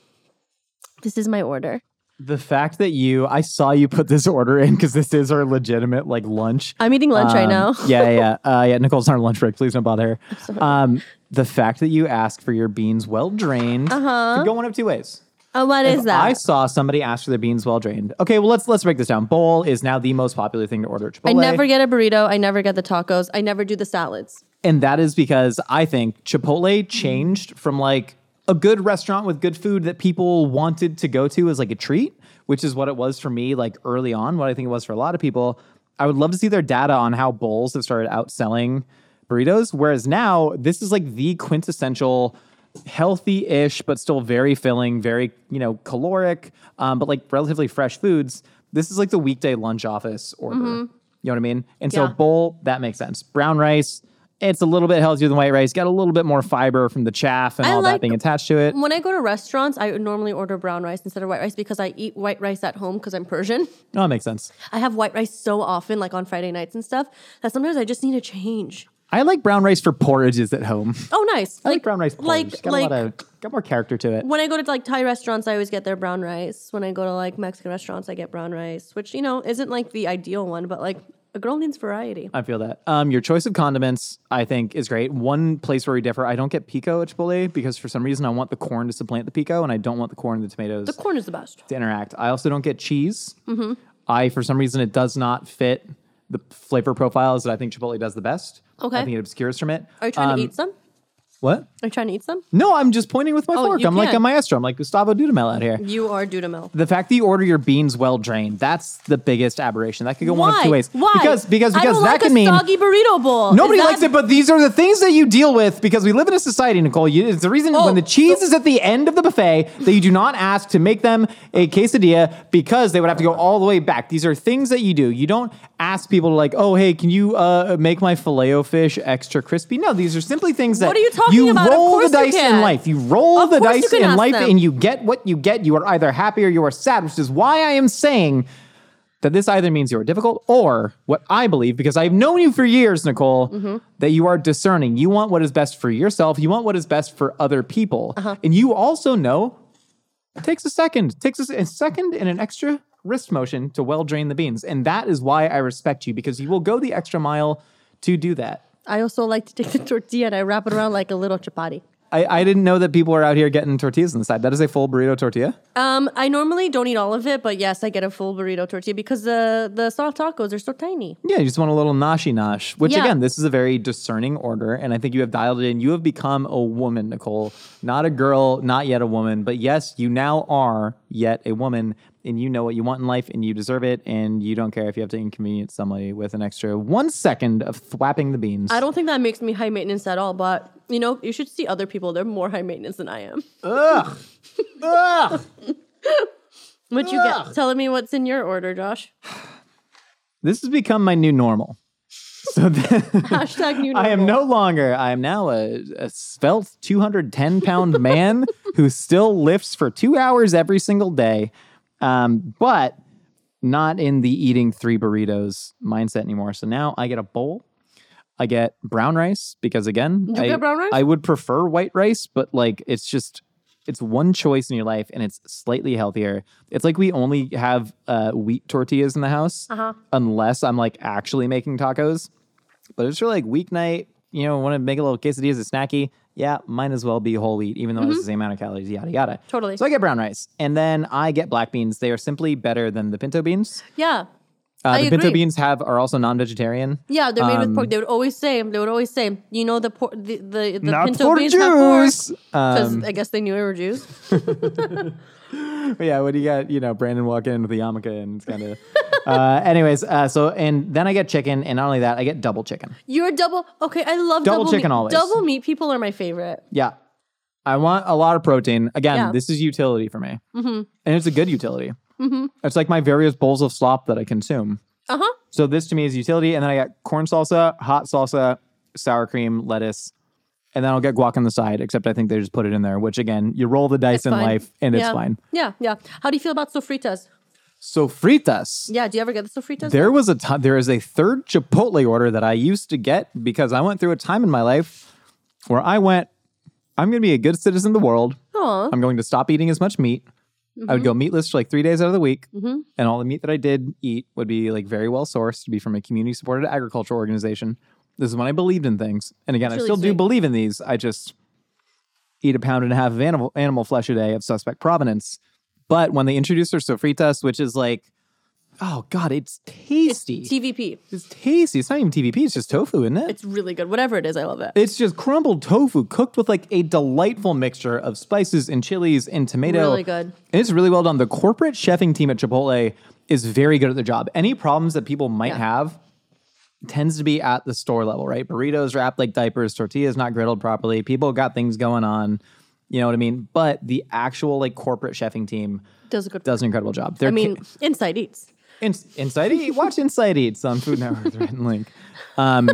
Speaker 5: This is my order.
Speaker 6: the fact that you, I saw you put this order in because this is our legitimate like lunch.
Speaker 5: I'm eating lunch right
Speaker 6: Um,
Speaker 5: now. [LAUGHS]
Speaker 6: yeah, yeah, yeah. Uh, yeah. Nicole's on her lunch break. Please don't bother her. Um, the fact that you ask for your beans well drained uh-huh. could go one of two ways.
Speaker 5: Uh, what
Speaker 6: If
Speaker 5: is that?
Speaker 6: I saw somebody ask for their beans well drained. Okay, well let's let's break this down. Bowl is now the most popular thing to order at Chipotle.
Speaker 5: I never get a burrito. I never get the tacos. I never do the salads.
Speaker 6: and that is because I think
Speaker 5: Mm-hmm.
Speaker 6: Chipotle changed from like a good restaurant with good food that people wanted to go to as like a treat, which is what it was for me like early on, what I think it was for a lot of people. I would love to see their data on how bowls have started outselling burritos. Whereas now, this is like the quintessential healthy-ish, but still very filling, very, you know, caloric, um, but like relatively fresh foods. This is like the weekday lunch office order. You know what I mean? And
Speaker 5: Mm-hmm. Yeah.
Speaker 6: so bowl, that makes sense. Brown rice, It's a little bit healthier than white rice. Got a little bit more fiber from the chaff and
Speaker 5: I
Speaker 6: all
Speaker 5: like-
Speaker 6: that being attached to it.
Speaker 5: When I go to restaurants, I normally order brown rice instead of white rice because I eat white rice at home because I'm Persian.
Speaker 6: No, that makes sense.
Speaker 5: I have white rice so often, like on Friday nights and stuff, that sometimes I just need a change.
Speaker 6: I like brown rice for porridges at home.
Speaker 5: Oh, nice!
Speaker 6: I like brown rice porridge.
Speaker 5: Like,
Speaker 6: got
Speaker 5: like
Speaker 6: a lot of got more character to it.
Speaker 5: when I go to like Thai restaurants, I always get their brown rice. When I go to like Mexican restaurants, I get brown rice, which you know isn't like the ideal one, but like a girl needs variety.
Speaker 6: I feel that. Um, your choice of condiments, I think, is great. One place where we differ, I don't get pico at Chipotle because for some reason I want the corn to supplant the pico, and I don't want the corn and the tomatoes
Speaker 5: The Mm-hmm. corn is the best.
Speaker 6: to interact. I also don't get cheese. I, for some reason, it does not fit the flavor profiles that I think Chipotle does the best.
Speaker 5: Okay.
Speaker 6: I think it obscures from it.
Speaker 5: Are you trying
Speaker 6: Um,
Speaker 5: to eat some?
Speaker 6: What?
Speaker 5: Are you trying to eat some?
Speaker 6: No, I'm just pointing with my
Speaker 5: Oh,
Speaker 6: fork.
Speaker 5: you
Speaker 6: I'm like
Speaker 5: can.
Speaker 6: a maestro. I'm like Gustavo Dudamel out here.
Speaker 5: You are Dudamel.
Speaker 6: The fact that you order your beans well drained, that's the biggest aberration. That could go one of
Speaker 5: Why?
Speaker 6: two ways.
Speaker 5: Why?
Speaker 6: Because because
Speaker 5: I
Speaker 6: because
Speaker 5: don't
Speaker 6: that
Speaker 5: like
Speaker 6: can
Speaker 5: a
Speaker 6: mean
Speaker 5: soggy burrito bowl.
Speaker 6: Nobody
Speaker 5: Is that-
Speaker 6: likes it, but these are the things that you deal with because we live in a society, Nicole. You, it's the reason
Speaker 5: Oh,
Speaker 6: when the cheese
Speaker 5: so-
Speaker 6: is at the end of the buffet that you do not ask to make them a quesadilla because they would have to go all the way back. These are things that you do. You don't ask people to like, oh, hey, can you uh, make my filet o fish extra crispy? No, these are simply things that
Speaker 5: What are you talking about? Of
Speaker 6: roll the
Speaker 5: course you
Speaker 6: dice in
Speaker 5: can.
Speaker 6: life. You roll
Speaker 5: Of
Speaker 6: the
Speaker 5: course you
Speaker 6: dice
Speaker 5: can
Speaker 6: in
Speaker 5: ask
Speaker 6: life,
Speaker 5: them.
Speaker 6: and you get what you get. You are either happy or you are sad, which is why I am saying that this either means you are difficult or what I believe, because I've known you for years, Nicole,
Speaker 5: Mm-hmm.
Speaker 6: that you are discerning. You want what is best for yourself, you want what is best for other people.
Speaker 5: Uh-huh.
Speaker 6: And you also know it takes a second, takes a, s- a second and an extra wrist motion to well drain the beans. And that is why I respect you, because you will go the extra mile to do that.
Speaker 5: I also like to take the [LAUGHS] tortilla and I wrap it around like a little chapati.
Speaker 6: I, I didn't know that people are out here getting tortillas on the side. That is a full burrito tortilla.
Speaker 5: Um, I normally don't eat all of it, but yes, I get a full burrito tortilla because the the soft tacos are so tiny.
Speaker 6: Yeah, you just want a little noshy nosh, which
Speaker 5: Yeah.
Speaker 6: again, this is a very discerning order. And I think you have dialed it in. You have become a woman, Nicole, not a girl, not yet a woman. But yes, you now are yet a woman and you know what you want in life and you deserve it. And you don't care if you have to inconvenience somebody with an extra one second of thwapping the beans.
Speaker 5: I don't think that makes me high maintenance at all, but you know, you should see other people. They're more high maintenance than I am.
Speaker 6: Ugh!
Speaker 5: What you get? Telling me what's in your order,
Speaker 6: [LAUGHS]
Speaker 5: Josh.
Speaker 6: This has become my new normal. So [LAUGHS]
Speaker 5: Hashtag new
Speaker 6: I am
Speaker 5: normal.
Speaker 6: no longer. I am now a, a svelte 210 pound [LAUGHS] man who still lifts for two hours every single day, um, but not in the eating three burritos mindset anymore. So now I get a bowl. I get brown rice because again,
Speaker 5: You
Speaker 6: I,
Speaker 5: get brown rice?
Speaker 6: I would prefer white rice, but like it's just it's one choice in your life and it's slightly healthier. It's like we only have uh, wheat tortillas in the house
Speaker 5: Uh-huh.
Speaker 6: unless I'm like actually making tacos. But it's for like weeknight, you know, want to make a little quesadillas, a snacky. Yeah, might as well be whole wheat, even though it's the same amount of calories, yada yada.
Speaker 5: Mm-hmm. Totally.
Speaker 6: So I get brown rice, and then I get black beans. They are simply better than the pinto beans.
Speaker 5: Yeah.
Speaker 6: Uh,
Speaker 5: I
Speaker 6: the pinto
Speaker 5: agree.
Speaker 6: beans have are also non-vegetarian.
Speaker 5: Yeah, they're made with
Speaker 6: Um,
Speaker 5: pork. They would always say, they would always say, you know, the por- the the, the
Speaker 6: Not
Speaker 5: pinto
Speaker 6: for Um,
Speaker 5: beans have pork.
Speaker 6: Jews.
Speaker 5: Because I guess they knew we were Jews.
Speaker 6: But yeah, when you got, you know, Brandon walk in with the yarmulke and it's kind of. uh, anyways, uh, so, and then I get chicken, and not only that, I get double chicken.
Speaker 5: You're double. Okay, I love
Speaker 6: Double
Speaker 5: double,
Speaker 6: chicken
Speaker 5: meat.
Speaker 6: always.
Speaker 5: Double meat people are my favorite.
Speaker 6: Yeah. I want a lot of protein. Again,
Speaker 5: Yeah. Mm-hmm.
Speaker 6: this is utility for me. And it's a good utility. It's like my various bowls of slop that I consume.
Speaker 5: Uh huh.
Speaker 6: So this to me is utility. And then I got corn salsa, hot salsa, sour cream, lettuce. And then I'll get guac on the side, except I think they just put it in there, which again, you roll the dice in
Speaker 5: Fine.
Speaker 6: life and
Speaker 5: Yeah.
Speaker 6: it's fine.
Speaker 5: Yeah, yeah. How do you feel about sofritas?
Speaker 6: So fritas.
Speaker 5: Yeah, do you ever get the sofritas?
Speaker 6: There was a ti- there is a third Chipotle order that I used to get because I went through a time in my life where I went, I'm going to be a good citizen of the world.
Speaker 5: Aw.
Speaker 6: I'm going to stop eating as much meat. I would go meatless for like three days out of the week, and all the meat that I did eat would be like very well sourced to be from a community supported agricultural organization. This is when I believed in things, and again, I
Speaker 5: really
Speaker 6: still do
Speaker 5: sweet.
Speaker 6: believe in these. I just eat a pound and a half of animal animal flesh a day of suspect provenance. But when they introduced their sofritas, which is like, oh god, it's tasty. It's,
Speaker 5: TVP.
Speaker 6: tasty. It's not even TVP. It's just tofu, isn't it?
Speaker 5: It's really good. Whatever it is, I love it.
Speaker 6: It's just crumbled tofu cooked with like a delightful mixture of spices and chilies and tomato.
Speaker 5: Really good.
Speaker 6: And it's really well done. The corporate chefing team at Chipotle is very good at their job. Any problems that people might
Speaker 5: Yeah.
Speaker 6: have tends to be at the store level, right? Burritos wrapped like diapers, tortillas not griddled properly. People got things going on. You know what I mean? But the actual like corporate chefing team
Speaker 5: Does a good.
Speaker 6: does an incredible job. They're
Speaker 5: I mean, Inside Eats. [LAUGHS]
Speaker 6: Ins- Inside Eat. Watch Inside Eats on Food Network's written link. Um,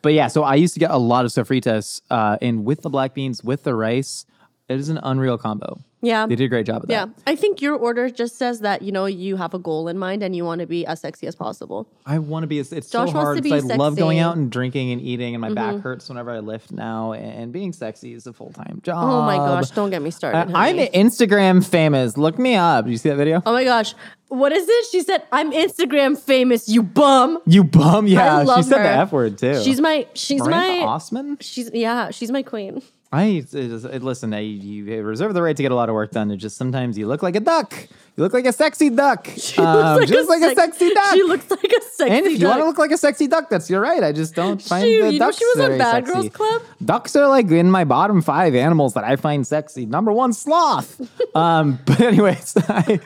Speaker 6: But yeah, so I used to get a lot of sofritas, uh, and with the black beans, with the rice, it is an unreal combo.
Speaker 5: Yeah.
Speaker 6: They did a great job of
Speaker 5: Yeah,
Speaker 6: that.
Speaker 5: I think your order just says that you know you have a goal in mind and you want to be as sexy as possible.
Speaker 6: I want to be. It's, it's
Speaker 5: Josh
Speaker 6: so
Speaker 5: wants
Speaker 6: hard.
Speaker 5: to be
Speaker 6: because I love going
Speaker 5: sexy. Mm-hmm.
Speaker 6: out and drinking and eating, and my back hurts whenever I lift now. And being sexy is a full time job.
Speaker 5: Oh my gosh, don't get me
Speaker 6: Um, I-
Speaker 5: started.
Speaker 6: I'm
Speaker 5: honey.
Speaker 6: Instagram famous. Look me up. Did you see that video?
Speaker 5: oh my gosh, what is it? She said, "I'm Instagram famous, you bum."
Speaker 6: You bum. Yeah,
Speaker 5: I love
Speaker 6: she said the
Speaker 5: her.
Speaker 6: F word too.
Speaker 5: She's my, she's
Speaker 6: Miranda
Speaker 5: my,
Speaker 6: Osman.
Speaker 5: she's yeah, she's my queen. [LAUGHS]
Speaker 6: I it is- it- listen. I, you reserve the right to get a lot of work done. It just sometimes you look like a duck. You look like a sexy duck.
Speaker 5: [LAUGHS] She
Speaker 6: Um,
Speaker 5: looks
Speaker 6: just like a
Speaker 5: sex-
Speaker 6: sexy duck.
Speaker 5: She looks like a sexy
Speaker 6: and if you
Speaker 5: duck.
Speaker 6: want to look like a sexy duck, that's your right. I just don't find
Speaker 5: She-
Speaker 6: the
Speaker 5: you know
Speaker 6: ducks
Speaker 5: she was on
Speaker 6: very
Speaker 5: Bad
Speaker 6: sexy.
Speaker 5: Girls Club?
Speaker 6: Ducks are like in my bottom five animals that I find sexy. Number
Speaker 5: [LAUGHS]
Speaker 6: one, sloth. um, but anyways, [LAUGHS] I,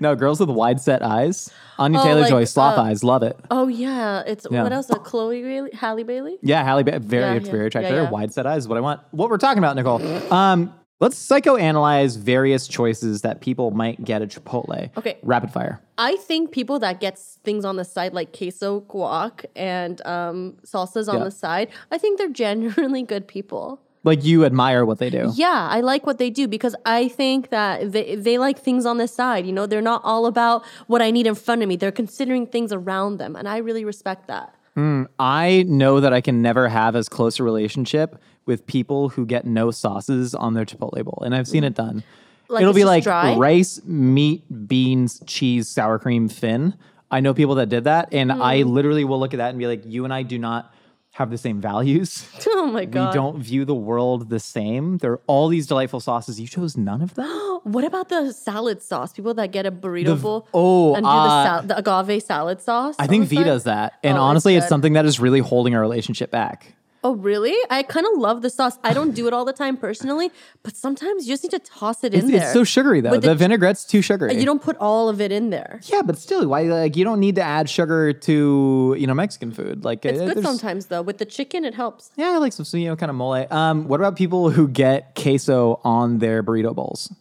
Speaker 6: no girls with wide set eyes. Anya
Speaker 5: Oh,
Speaker 6: Taylor Joy,
Speaker 5: like,
Speaker 6: sloth
Speaker 5: uh,
Speaker 6: eyes, love it.
Speaker 5: oh yeah, it's
Speaker 6: Yeah.
Speaker 5: what else? Uh, Chloe Bailey, Halle Bailey.
Speaker 6: Yeah, Halle Berry,
Speaker 5: Yeah,
Speaker 6: very,
Speaker 5: yeah.
Speaker 6: very attractive.
Speaker 5: Yeah, yeah.
Speaker 6: Wide set eyes is what I want. What we're talking about, Nicole. Um, let's psychoanalyze various choices that people might get at Chipotle.
Speaker 5: Okay.
Speaker 6: Rapid fire.
Speaker 5: I think people that gets things on the side like queso, guac, and um, salsas on
Speaker 6: Yeah.
Speaker 5: the side, I think they're [LAUGHS] genuinely good people.
Speaker 6: Like you admire what they do.
Speaker 5: Yeah, I like what they do because I think that they, they like things on the side. You know, they're not all about what I need in front of me. They're considering things around them, and I really respect that. [LAUGHS]
Speaker 6: I know that I can never have as close a relationship with people who get no sauces on their Chipotle bowl, and I've seen it done.
Speaker 5: Like
Speaker 6: It'll
Speaker 5: it's
Speaker 6: be
Speaker 5: just
Speaker 6: like
Speaker 5: dry?
Speaker 6: rice, meat, beans, cheese, sour cream, fin. I know people that did that,
Speaker 5: Hmm.
Speaker 6: and I literally will look at that and be like, "You and I do not have the same values." [LAUGHS]
Speaker 5: Oh my god!
Speaker 6: We don't view the world the same. There are all these delightful sauces. You chose none of
Speaker 5: [GASPS]
Speaker 6: them?
Speaker 5: What about the salad sauce? People that get a burrito
Speaker 6: The v-
Speaker 5: bowl
Speaker 6: oh,
Speaker 5: and do
Speaker 6: uh,
Speaker 5: the, sal- the agave salad sauce.
Speaker 6: I
Speaker 5: on
Speaker 6: think
Speaker 5: the
Speaker 6: V
Speaker 5: side?
Speaker 6: does that. And
Speaker 5: Oh, it's
Speaker 6: honestly, it's
Speaker 5: good.
Speaker 6: something that is really holding our relationship back.
Speaker 5: Oh, really? I kind of love the sauce. I don't do it all the time personally, but sometimes you just need to toss it in
Speaker 6: It's,
Speaker 5: there.
Speaker 6: it's so sugary, though. The,
Speaker 5: But the- Uh,
Speaker 6: vinaigrette's too sugary.
Speaker 5: You don't put all of it in there.
Speaker 6: yeah, but still, why? Like, you don't need to add sugar to you know Mexican food. Like,
Speaker 5: It's
Speaker 6: uh,
Speaker 5: good
Speaker 6: there's-
Speaker 5: sometimes though. With the chicken, it helps.
Speaker 6: Yeah, I like some you know kind of mole. Um, what about people who get queso on their burrito bowls?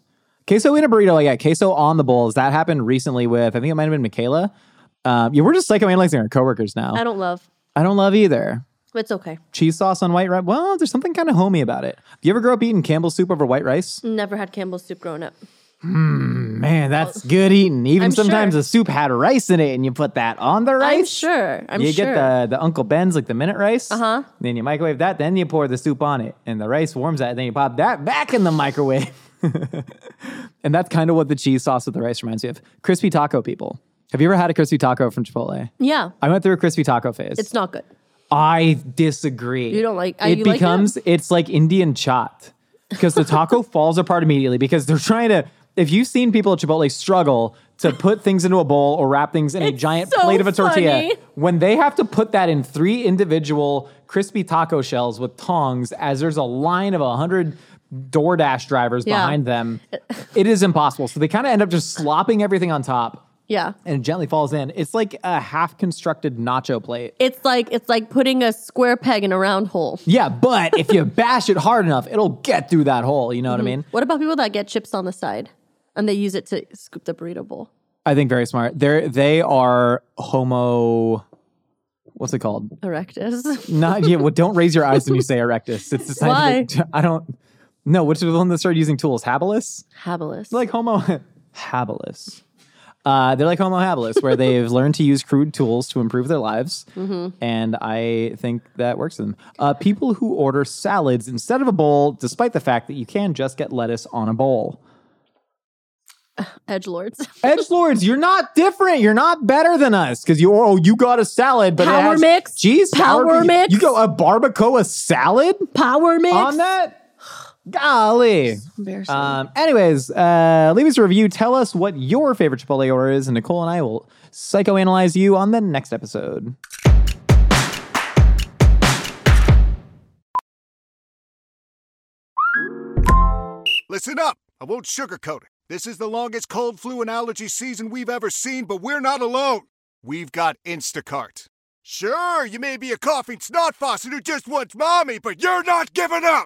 Speaker 6: Queso in a burrito, yeah. Queso on the bowls. That happened recently with I think it might have been Michaela. Um, yeah, we're just psychoanalyzing our coworkers now.
Speaker 5: I don't love.
Speaker 6: I don't love either.
Speaker 5: It's okay.
Speaker 6: cheese sauce on white rice. Well, there's something kind of homey about it. Do you ever grow up eating Campbell's soup over white rice?
Speaker 5: Never had Campbell's soup growing up.
Speaker 6: Man, that's good eating. Even
Speaker 5: Oh. I'm
Speaker 6: sometimes
Speaker 5: sure.
Speaker 6: the soup had rice in it, and you put that on the rice.
Speaker 5: I'm sure. I'm
Speaker 6: you
Speaker 5: sure. Uh-huh.
Speaker 6: get the, the Uncle Ben's like the minute rice. Uh huh. Then you microwave that. Then you pour the soup on it, and the rice warms that. And then you pop that back in the microwave. [LAUGHS] and that's kind of what the cheese sauce with the rice reminds me of. Crispy taco people. Have you ever had a crispy taco from Chipotle?
Speaker 5: yeah.
Speaker 6: I went through a crispy taco phase.
Speaker 5: It's not good.
Speaker 6: I disagree.
Speaker 5: You don't like- uh,
Speaker 6: it
Speaker 5: you like
Speaker 6: becomes it's like Indian chat because
Speaker 5: [LAUGHS]
Speaker 6: the taco falls apart immediately because they're trying to. If you've seen people at Chipotle struggle to put things into a bowl or wrap things in a giant
Speaker 5: so
Speaker 6: plate of a tortilla,
Speaker 5: funny.
Speaker 6: when they have to put that in three individual crispy taco shells with tongs, as there's a line of a hundred DoorDash drivers
Speaker 5: Yeah. [LAUGHS]
Speaker 6: behind them, it is impossible. So they kind of end up just slopping everything on top.
Speaker 5: Yeah.
Speaker 6: And it gently falls in. It's like a half constructed nacho plate.
Speaker 5: It's like it's like putting a square peg in a round hole.
Speaker 6: Yeah, but if you bash it hard enough, it'll get through that hole. You know what I mean?
Speaker 5: What about people that get chips on the side and they use it to scoop the burrito bowl?
Speaker 6: I think very smart. They're they are homo. What's it called?
Speaker 5: [LAUGHS] Erectus.
Speaker 6: Not yeah. Well, don't raise your eyes when you say erectus. It's the sign
Speaker 5: Why?
Speaker 6: That, [LAUGHS] I don't. No, which is the one that started using tools? Habilis.
Speaker 5: Habilis.
Speaker 6: Like homo [LAUGHS] habilis. Uh, they're like homo habilis, where they've learned to use crude tools to improve their lives, and I think that works for them. Uh, people who order salads instead of a bowl, despite the fact that you can just get lettuce on a bowl.
Speaker 5: edge lords. [LAUGHS]
Speaker 6: Edge lords, you're not different. You're not better than us because you oh you got a salad, but it
Speaker 5: Power
Speaker 6: has,
Speaker 5: mix?
Speaker 6: Jeez,
Speaker 5: Power mix?
Speaker 6: You go a barbacoa salad
Speaker 5: Power mix.
Speaker 6: on that? Golly.
Speaker 5: Embarrassing.
Speaker 6: Um, anyways, uh, leave us a review. Tell us what your favorite Chipotle order is, and Nicole and I will psychoanalyze you on the next episode.
Speaker 2: Listen up. I won't sugarcoat it. This is the longest cold flu and allergy season we've ever seen, but we're not alone. We've got Instacart. Sure, you may be a coughing snot faucet who just wants mommy, but you're not giving up.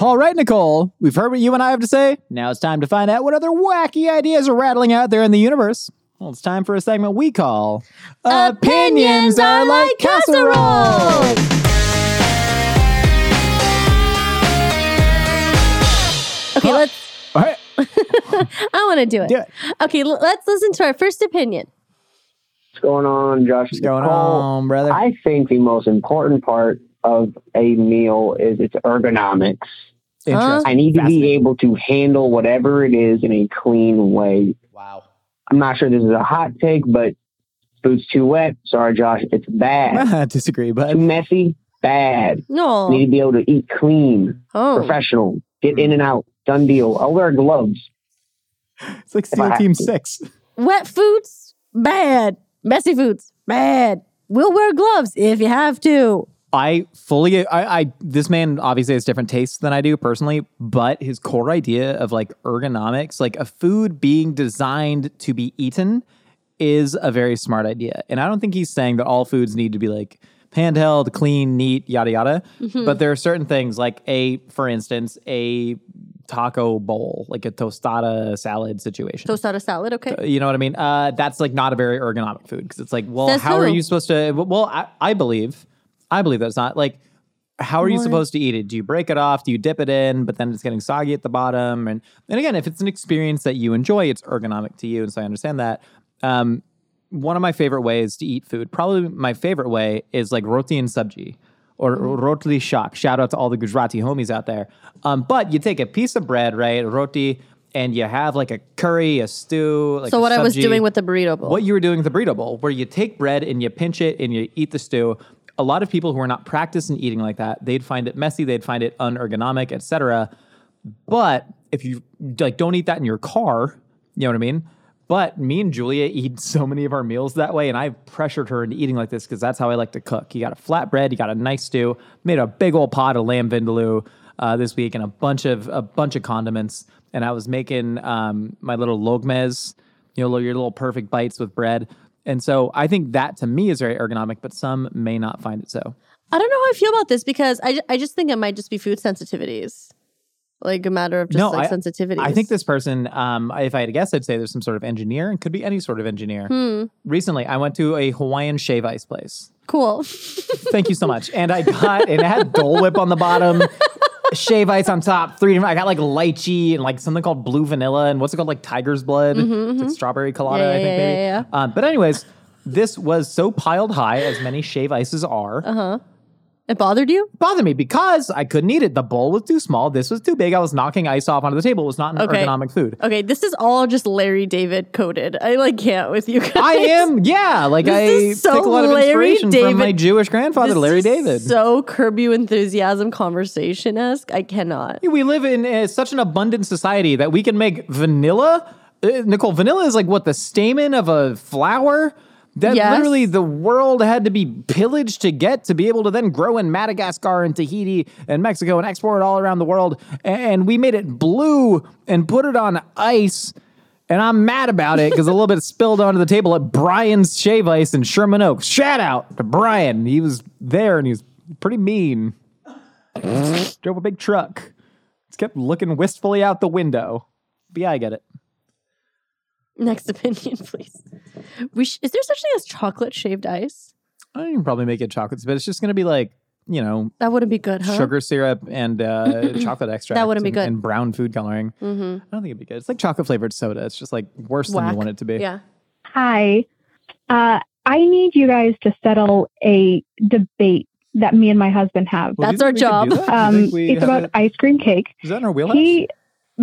Speaker 6: All right, Nicole, we've heard what you and I have to say. Now it's time to find out what other wacky ideas are rattling out there in the universe. Well, it's time for a segment we call
Speaker 5: Opinions Are Like Casserole. Okay, let's.
Speaker 6: All right,
Speaker 5: I want to do it.
Speaker 6: do it.
Speaker 5: Okay, l- let's listen to our first opinion.
Speaker 7: What's going on, Josh?
Speaker 6: What's going
Speaker 7: Nicole?
Speaker 6: on, brother?
Speaker 7: I think the most important part of a meal is its ergonomics.
Speaker 6: Interesting.
Speaker 7: I need to
Speaker 6: Fascinating.
Speaker 7: be able to handle whatever it is in a clean way.
Speaker 6: Wow.
Speaker 7: I'm not sure this is a hot take, but food's too wet. Sorry, Josh, it's
Speaker 6: [LAUGHS]
Speaker 7: bad.
Speaker 6: I disagree,
Speaker 7: too
Speaker 6: but
Speaker 7: messy, bad. Need
Speaker 6: Oh.
Speaker 5: No.
Speaker 7: to be able to eat clean,
Speaker 5: Oh.
Speaker 7: professional,
Speaker 6: Hmm.
Speaker 7: get in and out, done deal. I'll wear gloves.
Speaker 6: it's like
Speaker 7: If I
Speaker 6: SEAL
Speaker 7: have
Speaker 6: Team
Speaker 7: to.
Speaker 6: Six.
Speaker 5: Wet foods, bad. Messy foods, bad. We'll wear gloves if you have to.
Speaker 6: I fully, I, I, this man obviously has different tastes than I do personally, but his core idea of like ergonomics, like a food being designed to be eaten, is a very smart idea. And I don't think he's saying that all foods need to be like handheld, clean, neat, yada, yada. But there are certain things like a, for instance, a taco bowl, like a tostada salad situation.
Speaker 5: Tostada salad, okay?
Speaker 6: you know what I mean? Uh, that's like not a very ergonomic food because it's like, well,
Speaker 5: Says
Speaker 6: how
Speaker 5: who?
Speaker 6: are you supposed to? Well, I, I believe, I believe that's not like, how are you supposed to eat it? Do you break it off? Do you dip it in? But then it's getting soggy at the bottom. And and again, if it's an experience that you enjoy, it's ergonomic to you, and so I understand that. Um, one of my favorite ways to eat food, probably my favorite way, is like roti and subji or
Speaker 5: Mm-hmm.
Speaker 6: rotli shak. Shout out to all the Gujarati homies out there. Um, but you take a piece of bread, right, roti, and you have like a curry, a stew. Like
Speaker 5: so
Speaker 6: a
Speaker 5: what I was
Speaker 6: sabji.
Speaker 5: doing with the burrito bowl.
Speaker 6: what you were doing with the burrito bowl, where you take bread and you pinch it and you eat the stew. A lot of people who are not practiced in eating like that, they'd find it messy, they'd find it unergonomic, etc. But if you like, don't eat that in your car. You know what I mean? But me and Julia eat so many of our meals that way, and I've pressured her into eating like this because that's how I like to cook. You got a flatbread, you got a nice stew, made a big old pot of lamb vindaloo uh, this week, and a bunch of a bunch of condiments. And I was making um, my little logmes, you know, your little perfect bites with bread. And so I think that to me is very ergonomic, but some may not find it so.
Speaker 5: I don't know how I feel about this because I, ju- I just think it might just be food sensitivities. Like a matter of just
Speaker 6: No,
Speaker 5: like
Speaker 6: I-
Speaker 5: sensitivities.
Speaker 6: I think this person, um, if I had to guess, I'd say there's some sort of engineer and could be any sort of engineer.
Speaker 5: Hmm.
Speaker 6: Recently, I went to a Hawaiian shave ice place.
Speaker 5: cool. [LAUGHS]
Speaker 6: Thank you so much. And I got, and it had Dole Whip on the bottom, shave ice on top, three different, I got like lychee and like something called blue vanilla and what's it called? Like tiger's blood. It's like strawberry colada,
Speaker 5: Mm-hmm, Yeah,
Speaker 6: I think
Speaker 5: yeah,
Speaker 6: maybe.
Speaker 5: yeah, Uh-huh.
Speaker 6: Um, but, anyways, this was so piled high, as many shave ices are. Uh huh.
Speaker 5: It bothered you?
Speaker 6: bother me because I couldn't eat it. The bowl was too small. This was too big. I was knocking ice off onto the table. It was not an
Speaker 5: Okay.
Speaker 6: ergonomic food.
Speaker 5: Okay, this is all just Larry David coded. I like can't with you guys.
Speaker 6: I am, yeah.
Speaker 5: [LAUGHS]
Speaker 6: Like
Speaker 5: This
Speaker 6: I
Speaker 5: is so
Speaker 6: took a lot of
Speaker 5: Larry
Speaker 6: inspiration
Speaker 5: David.
Speaker 6: from my Jewish grandfather,
Speaker 5: This
Speaker 6: Larry
Speaker 5: is
Speaker 6: David.
Speaker 5: So curb your enthusiasm conversation esque. I cannot.
Speaker 6: we live in uh, such an abundant society that we can make vanilla. Uh, Nicole, vanilla is like what the stamen of a flower. That
Speaker 5: Yes.
Speaker 6: literally the world had to be pillaged to get to be able to then grow in Madagascar and Tahiti and Mexico and export it all around the world. And we made it blue and put it on ice. And I'm mad about it because a little bit spilled onto the table at Brian's Shave Ice in Sherman Oaks. Shout out to Brian. He was there and he was pretty mean. Drove a big truck kept looking wistfully out the window. But yeah, I get it.
Speaker 5: Next opinion, [LAUGHS] please. We sh- is there such thing as chocolate shaved ice?
Speaker 6: I can probably make it chocolates, but it's just gonna be like you know
Speaker 5: That wouldn't be good, huh?
Speaker 6: sugar syrup
Speaker 5: [CLEARS THROAT]
Speaker 6: and uh, chocolate extract.
Speaker 5: wouldn't be
Speaker 6: and,
Speaker 5: good.
Speaker 6: And brown food coloring.
Speaker 5: Mm-hmm.
Speaker 6: I don't think it'd be good. It's like chocolate flavored soda. It's just like worse than
Speaker 5: Whack.
Speaker 6: you want it to be.
Speaker 5: Yeah.
Speaker 8: Hi. Uh, I need you guys to settle a debate that me and my husband have.
Speaker 6: Well, do you
Speaker 5: That's our
Speaker 6: think we can do
Speaker 5: job.
Speaker 6: that? Do you
Speaker 8: Um,
Speaker 6: think we
Speaker 8: it's
Speaker 6: have
Speaker 8: about
Speaker 6: it-
Speaker 8: ice cream cake.
Speaker 6: Is that in our wheelhouse?
Speaker 8: He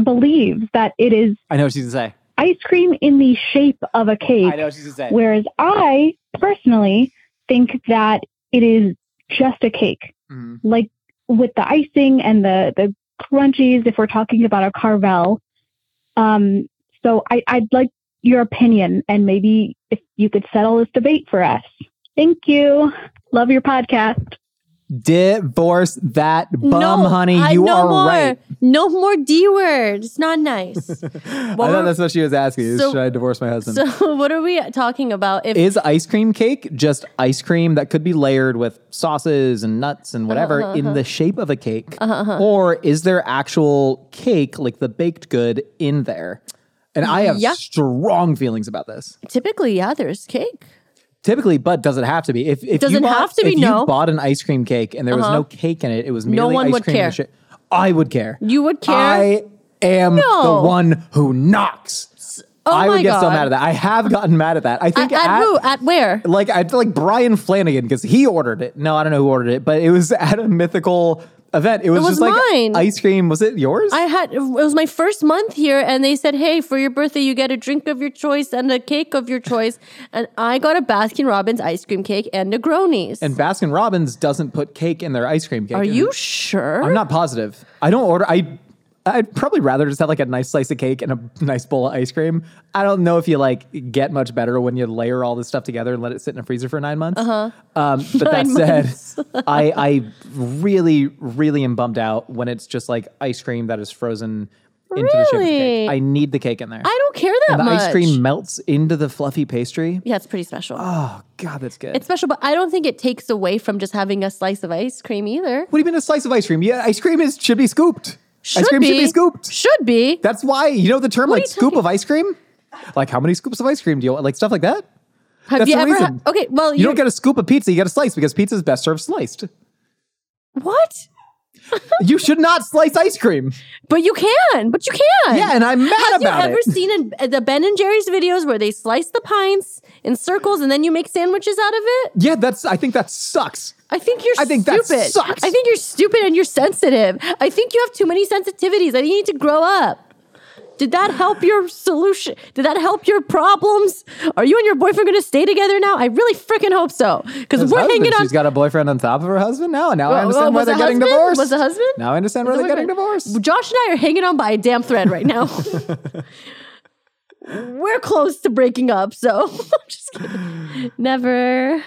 Speaker 8: believes that it is
Speaker 6: I know what she's gonna say.
Speaker 8: ice cream in the shape of a cake,
Speaker 6: I know what she's gonna say.
Speaker 8: whereas I personally think that it is just a cake,
Speaker 6: Mhm.
Speaker 8: like with the icing and the the crunchies. If we're talking about a Carvel, um, so I, I'd like your opinion, and maybe if you could settle this debate for us. Thank you. Love your podcast.
Speaker 6: Divorce that bum, honey.
Speaker 5: I-
Speaker 6: You
Speaker 5: no
Speaker 6: are
Speaker 5: more. [LAUGHS]
Speaker 6: right.
Speaker 5: No more D word. It's not nice.
Speaker 6: I
Speaker 5: What
Speaker 6: thought
Speaker 5: were-
Speaker 6: that's what she was asking. is
Speaker 5: So-
Speaker 6: should I divorce my husband?
Speaker 5: so [LAUGHS] what are we talking about? If
Speaker 6: is ice cream cake just ice cream that could be layered with sauces and nuts and whatever
Speaker 5: Uh-huh,
Speaker 6: in the shape of a cake or is there actual cake like the baked good in there and i have
Speaker 5: Yeah.
Speaker 6: strong feelings about this
Speaker 5: typically, yeah, there's cake.
Speaker 6: typically but does it have to be if, if you
Speaker 5: Doesn't
Speaker 6: bought,
Speaker 5: have to be,
Speaker 6: if
Speaker 5: no. Uh-huh.
Speaker 6: you bought an ice cream cake and there was no cake in it it was merely
Speaker 5: one
Speaker 6: ice
Speaker 5: would
Speaker 6: cream in the
Speaker 5: care.
Speaker 6: shape- i would care
Speaker 5: You would care?
Speaker 6: i am
Speaker 5: No.
Speaker 6: the one who knocks
Speaker 5: Oh
Speaker 6: i
Speaker 5: my
Speaker 6: would get so
Speaker 5: God.
Speaker 6: mad at that i have gotten mad at that i
Speaker 5: At,
Speaker 6: think
Speaker 5: at
Speaker 6: at-
Speaker 5: who? At where?
Speaker 6: like I feel like Brian Flanagan because he ordered it. No, I don't know who ordered it, but it was [LAUGHS] at a mythical event. It was,
Speaker 5: was
Speaker 6: just like
Speaker 5: mine.
Speaker 6: ice cream. Was it yours?
Speaker 5: I had it was my first month here, and they said, "Hey, for your birthday, you get a drink of your choice and a cake of your choice." and I got a Baskin Robbins ice cream cake and Negronis.
Speaker 6: and Baskin Robbins doesn't put cake in their ice cream cake.
Speaker 5: are
Speaker 6: And
Speaker 5: you sure?
Speaker 6: I'm not positive. I don't order. I I'd probably rather just have like a nice slice of cake and a nice bowl of ice cream. I don't know if you like get much better when you layer all this stuff together and let it sit in a freezer for nine months. Uh-huh.
Speaker 5: [LAUGHS]
Speaker 6: Um, but that
Speaker 5: Nine [LAUGHS]
Speaker 6: said, I I really really am bummed out when it's just like ice cream that is frozen. Into the shape of the
Speaker 5: Really?
Speaker 6: cake. I need the cake in there.
Speaker 5: I don't care that
Speaker 6: and the
Speaker 5: much.
Speaker 6: ice cream melts into the fluffy pastry.
Speaker 5: Yeah, it's pretty special.
Speaker 6: Oh god, that's good.
Speaker 5: it's special, but I don't think it takes away from just having a slice of ice cream either.
Speaker 6: what do you mean a slice of ice cream? Yeah, ice cream is should be scooped. ice cream should be scooped.
Speaker 5: Should be.
Speaker 6: That's why you know the term
Speaker 5: What are
Speaker 6: like
Speaker 5: you
Speaker 6: scoop
Speaker 5: talking-
Speaker 6: of ice cream. Like how many scoops of ice cream do you want? Like stuff like that.
Speaker 5: Have
Speaker 6: That's
Speaker 5: you
Speaker 6: the
Speaker 5: ever?
Speaker 6: reason.
Speaker 5: had okay, well,
Speaker 6: You don't get a scoop of pizza. You get a slice because pizza is best served sliced.
Speaker 5: what?
Speaker 6: you should not slice ice cream.
Speaker 5: But you can. But you can.
Speaker 6: Yeah, and I'm mad
Speaker 5: Have
Speaker 6: about
Speaker 5: you ever
Speaker 6: it.
Speaker 5: seen in, uh, the Ben and Jerry's videos where they slice the pints in circles and then you make sandwiches out of it?
Speaker 6: Yeah, that's. I think that sucks.
Speaker 5: I think you're
Speaker 6: I think that
Speaker 5: stupid.
Speaker 6: sucks.
Speaker 5: I think you're stupid and you're sensitive. I think you have too many sensitivities. I think you need to grow up. Did that help your solution? Did that help your problems? Are you and your boyfriend going to stay together now? I really freaking hope so. Because
Speaker 6: His
Speaker 5: we're
Speaker 6: husband,
Speaker 5: hanging on.
Speaker 6: She's got a boyfriend on top of her husband now. Now I
Speaker 5: Well,
Speaker 6: understand why
Speaker 5: was
Speaker 6: they're
Speaker 5: the
Speaker 6: getting
Speaker 5: husband?
Speaker 6: divorced.
Speaker 5: Was the husband?
Speaker 6: Now I understand why
Speaker 5: Was
Speaker 6: they're
Speaker 5: the
Speaker 6: getting
Speaker 5: boyfriend?
Speaker 6: divorced.
Speaker 5: Josh and I are hanging on by a damn thread right
Speaker 6: [LAUGHS]
Speaker 5: now. We're close to breaking up, so [LAUGHS] just kidding. Never.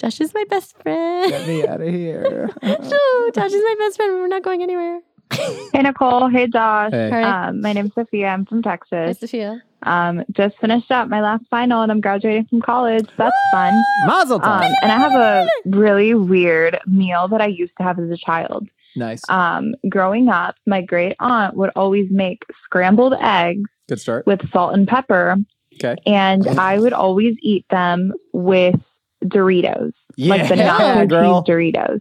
Speaker 5: Josh is my best
Speaker 6: Get
Speaker 5: friend. [LAUGHS]
Speaker 6: me out of here.
Speaker 5: no, Josh is my best friend. We're not going anywhere.
Speaker 9: Hey, Nicole. Hey, Josh.
Speaker 6: Hey.
Speaker 5: Hey.
Speaker 9: Um, my name's Sophia. I'm from
Speaker 5: Hi,
Speaker 9: Texas.
Speaker 5: Sophia.
Speaker 9: Um, just finished up my last final and I'm graduating from college. That's fun.
Speaker 6: Mazel tov.
Speaker 5: Uh,
Speaker 9: Um, and I have a really weird meal that I used to have as a child.
Speaker 6: nice.
Speaker 5: uh,
Speaker 9: Um, growing up, my great aunt would always make scrambled eggs
Speaker 6: Good start.
Speaker 9: with salt and pepper.
Speaker 6: Okay.
Speaker 9: And I would always eat them with Doritos,
Speaker 6: Yeah,
Speaker 9: like the
Speaker 5: Yeah,
Speaker 9: nacho
Speaker 6: girl.
Speaker 9: cheese Doritos.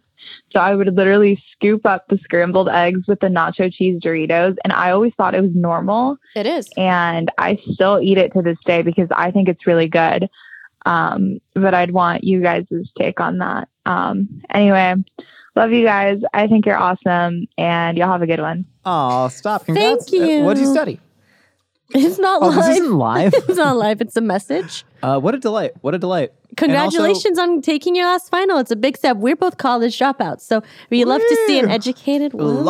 Speaker 9: So I would literally scoop up the scrambled eggs with the nacho cheese Doritos. And I always thought it was normal
Speaker 5: It is.
Speaker 9: and I still eat it to this day because I think it's really good. Um, but I'd want you guys' take on that. Um, anyway, love you guys. I think you're awesome, and y'all have a good one.
Speaker 6: Oh, stop. Congrats. Uh, What'd you
Speaker 5: you.
Speaker 6: study?
Speaker 5: It's not
Speaker 6: Oh,
Speaker 5: live.
Speaker 6: this isn't
Speaker 5: [LAUGHS]
Speaker 6: live.
Speaker 5: it's not live. It's a message.
Speaker 6: Uh, what a delight. What a delight. [LAUGHS] And also-
Speaker 5: Congratulations on taking your last final. It's a big step. We're both college dropouts, so we love to see an educated woman.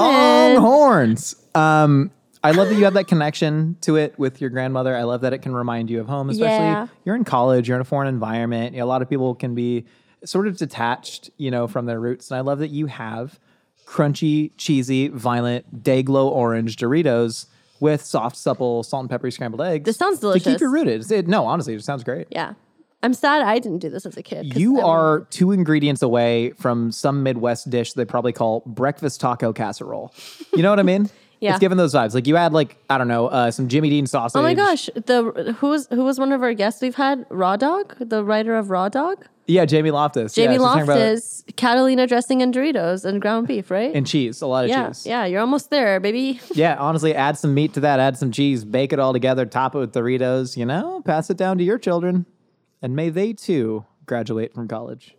Speaker 6: Longhorns. Um, I love that you have that connection to it with your grandmother. I love that it can remind you of home, especially
Speaker 5: Yeah.
Speaker 6: you're in college, you're in a foreign environment. You know, a lot of people can be sort of detached, you know, from their roots. And I love that you have crunchy, cheesy, violent, day glow orange Doritos with soft, supple, salt and peppery scrambled eggs.
Speaker 5: This sounds
Speaker 6: To keep
Speaker 5: delicious.
Speaker 6: you rooted. It- no, honestly, it sounds great.
Speaker 5: Yeah, I'm sad I didn't do this as a kid. 'cause
Speaker 6: You
Speaker 5: I
Speaker 6: are two ingredients away from some Midwest dish they probably call breakfast taco casserole. You know what I mean?
Speaker 5: [LAUGHS] Yeah.
Speaker 6: It's giving those vibes. Like you add like I don't know uh, some Jimmy Dean sausage.
Speaker 5: Oh my gosh, the who was who was one of our guests we've had? Raw Dog, the writer of Raw Dog,
Speaker 6: Yeah, Jamie Loftus.
Speaker 5: Jamie
Speaker 6: yeah, she's talking about-
Speaker 5: Loftus, Catalina dressing and Doritos and ground beef, right?
Speaker 6: and cheese, a lot of
Speaker 5: yeah,
Speaker 6: cheese.
Speaker 5: yeah, you're almost there, baby. [LAUGHS]
Speaker 6: Yeah, honestly, add some meat to that. Add some cheese. Bake it all together. Top it with Doritos. You know, pass it down to your children, and may they too graduate from college.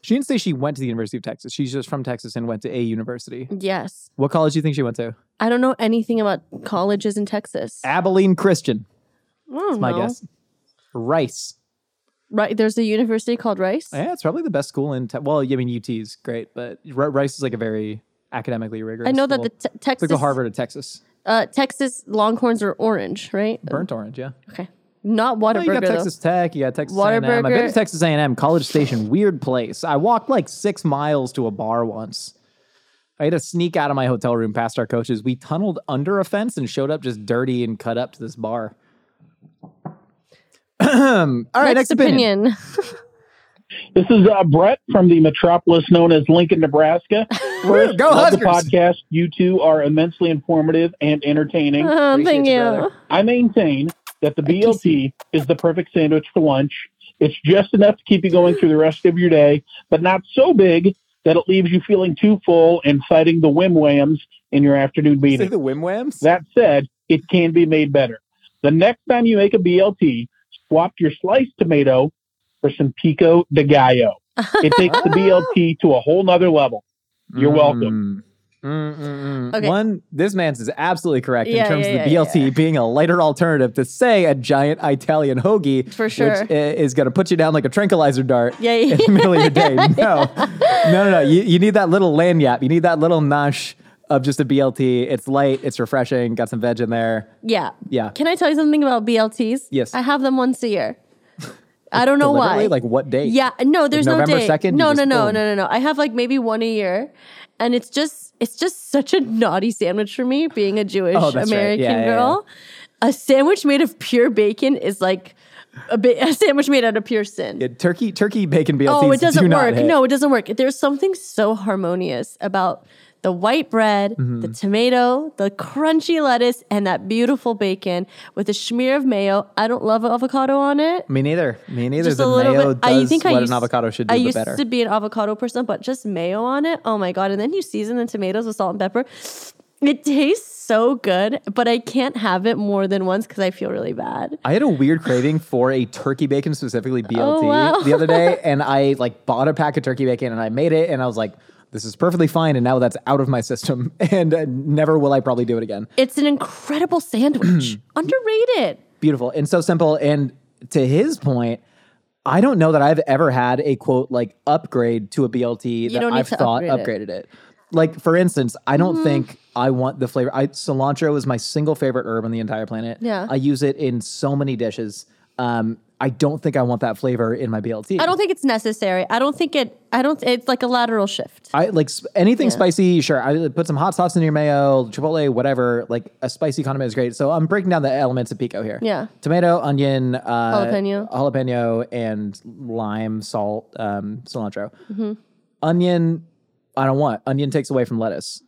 Speaker 6: She didn't say she went to the University of Texas. She's just from Texas and went to a university.
Speaker 5: Yes,
Speaker 6: What college do you think she went to?
Speaker 5: I don't know anything about colleges in Texas.
Speaker 6: Abilene Christian.
Speaker 5: I don't
Speaker 6: That's my
Speaker 5: know.
Speaker 6: guess. Rice.
Speaker 5: Right, there's a university called Rice.
Speaker 6: Yeah, it's probably the best school in. Te- well, I mean, UT is great, but R- Rice is like a very academically rigorous.
Speaker 5: I know that the
Speaker 6: school.
Speaker 5: te-
Speaker 6: it's like
Speaker 5: Texas
Speaker 6: the Harvard of Texas.
Speaker 5: Uh, Texas Longhorns are orange, right?
Speaker 6: Burnt orange, yeah.
Speaker 5: Okay, not
Speaker 6: No, you
Speaker 5: Whataburger
Speaker 6: got
Speaker 5: though.
Speaker 6: Texas Tech. You got Texas A&M. I've been to
Speaker 5: Whataburger.
Speaker 6: Texas A&M, College Station, weird place. I walked like six miles to a bar once. I had to sneak out of my hotel room past our coaches. We tunneled under a fence and showed up just dirty and cut up to this bar. [CLEARS THROAT] All right, next, opinion.
Speaker 10: This is uh, Brett from the metropolis known as Lincoln, Nebraska. First,
Speaker 6: Go
Speaker 10: love the
Speaker 6: Huskers!
Speaker 10: podcast. You two are immensely informative and
Speaker 6: [LAUGHS]
Speaker 10: entertaining.
Speaker 5: Oh,
Speaker 10: Appreciate
Speaker 5: [LAUGHS] thank you.
Speaker 10: brother. I maintain that the BLT is the perfect sandwich for lunch. It's just enough to keep you going through the rest of your day, but not so big that it leaves you feeling too full and fighting the whim whams in your afternoon meeting.
Speaker 6: the whim whams?
Speaker 10: That said, it can be made better. The next time you make a BLT, swap your sliced tomato for some pico de gallo. It takes
Speaker 6: [LAUGHS]
Speaker 10: the BLT to a whole nother level. You're welcome.
Speaker 5: Okay.
Speaker 6: Mm-hmm. One, this man's is absolutely correct in
Speaker 5: Yeah,
Speaker 6: terms
Speaker 5: yeah,
Speaker 6: of the
Speaker 5: yeah,
Speaker 6: BLT being a lighter alternative to, say, a giant Italian hoagie,
Speaker 5: For sure.
Speaker 6: which i- is going to put you down like a
Speaker 5: [LAUGHS]
Speaker 6: tranquilizer dart
Speaker 5: Yeah, yeah,
Speaker 6: [LAUGHS] in the middle of your day. No, no, no, no. You, you need that little lanyap. You need that little nosh of just a BLT. It's light, it's refreshing, got some veg in there.
Speaker 5: Yeah.
Speaker 6: Yeah.
Speaker 5: Can I tell you something about BLTs?
Speaker 6: Yes.
Speaker 5: I have them once a year. I don't know why.
Speaker 6: Deliberately? Like what date?
Speaker 5: yeah, no, there's
Speaker 6: like
Speaker 5: no
Speaker 6: November
Speaker 5: date.
Speaker 6: 2nd,
Speaker 5: no,
Speaker 6: you
Speaker 5: no,
Speaker 6: just-
Speaker 5: no, no,
Speaker 6: boom.
Speaker 5: no, no. I have like maybe one a year, and it's just it's just such a naughty sandwich for me, being a Jewish
Speaker 6: Oh, that's right.
Speaker 5: American
Speaker 6: Yeah, yeah,
Speaker 5: girl. A sandwich made of pure bacon is like a, ba- [LAUGHS] a sandwich made out of pure sin.
Speaker 6: Yeah, turkey, turkey, bacon BLTs.
Speaker 5: Oh, it
Speaker 6: do
Speaker 5: doesn't
Speaker 6: not
Speaker 5: work.
Speaker 6: hit.
Speaker 5: No, it doesn't work. There's something so harmonious about the white bread, the
Speaker 6: Mm-hmm.
Speaker 5: tomato, the crunchy lettuce, and that beautiful bacon with a smear of mayo. I don't love avocado on it.
Speaker 6: Me neither. Me neither.
Speaker 5: Just
Speaker 6: the
Speaker 5: a little
Speaker 6: mayo
Speaker 5: bit.
Speaker 6: does
Speaker 5: I think
Speaker 6: what
Speaker 5: I used,
Speaker 6: an avocado should do,
Speaker 5: I
Speaker 6: but
Speaker 5: used
Speaker 6: better.
Speaker 5: to be an avocado person, but just mayo on it. Oh my god! And then you season the tomatoes with salt and pepper. It tastes so good, but I can't have it more than once because I feel really bad.
Speaker 6: I had a weird craving for a turkey bacon, specifically BLT,
Speaker 5: wow.
Speaker 6: the other day, and I like bought a pack of turkey bacon and I made it, and I was like, "This is perfectly fine," and now that's out of my system, [LAUGHS] and uh, never will I probably do it again.
Speaker 5: It's an incredible
Speaker 6: [CLEARS THROAT]
Speaker 5: sandwich. Underrated.
Speaker 6: Beautiful and so simple. And to his point, I don't know that I've ever had a quote like upgrade to a BLT that
Speaker 5: don't need
Speaker 6: I've
Speaker 5: to
Speaker 6: thought
Speaker 5: upgrade Mm.
Speaker 6: upgraded it. Like for instance, I don't think I want the flavor. I cilantro is my single favorite herb on the entire planet.
Speaker 5: Yeah.
Speaker 6: I use it in so many dishes. Um, I don't think I want that flavor in my BLT.
Speaker 5: I don't think it's necessary. I don't think it. I don't. It's like a lateral shift.
Speaker 6: I like sp- anything spicy. Sure, I put some hot sauce in your mayo, chipotle, whatever. Like a spicy condiment is great. So I'm breaking down the elements of pico here.
Speaker 5: Yeah.
Speaker 6: tomato, onion, uh,
Speaker 5: Jalapeno.
Speaker 6: jalapeno, and lime, salt, um, cilantro.
Speaker 5: Mm-hmm.
Speaker 6: Onion, I don't want. Onion takes away from lettuce.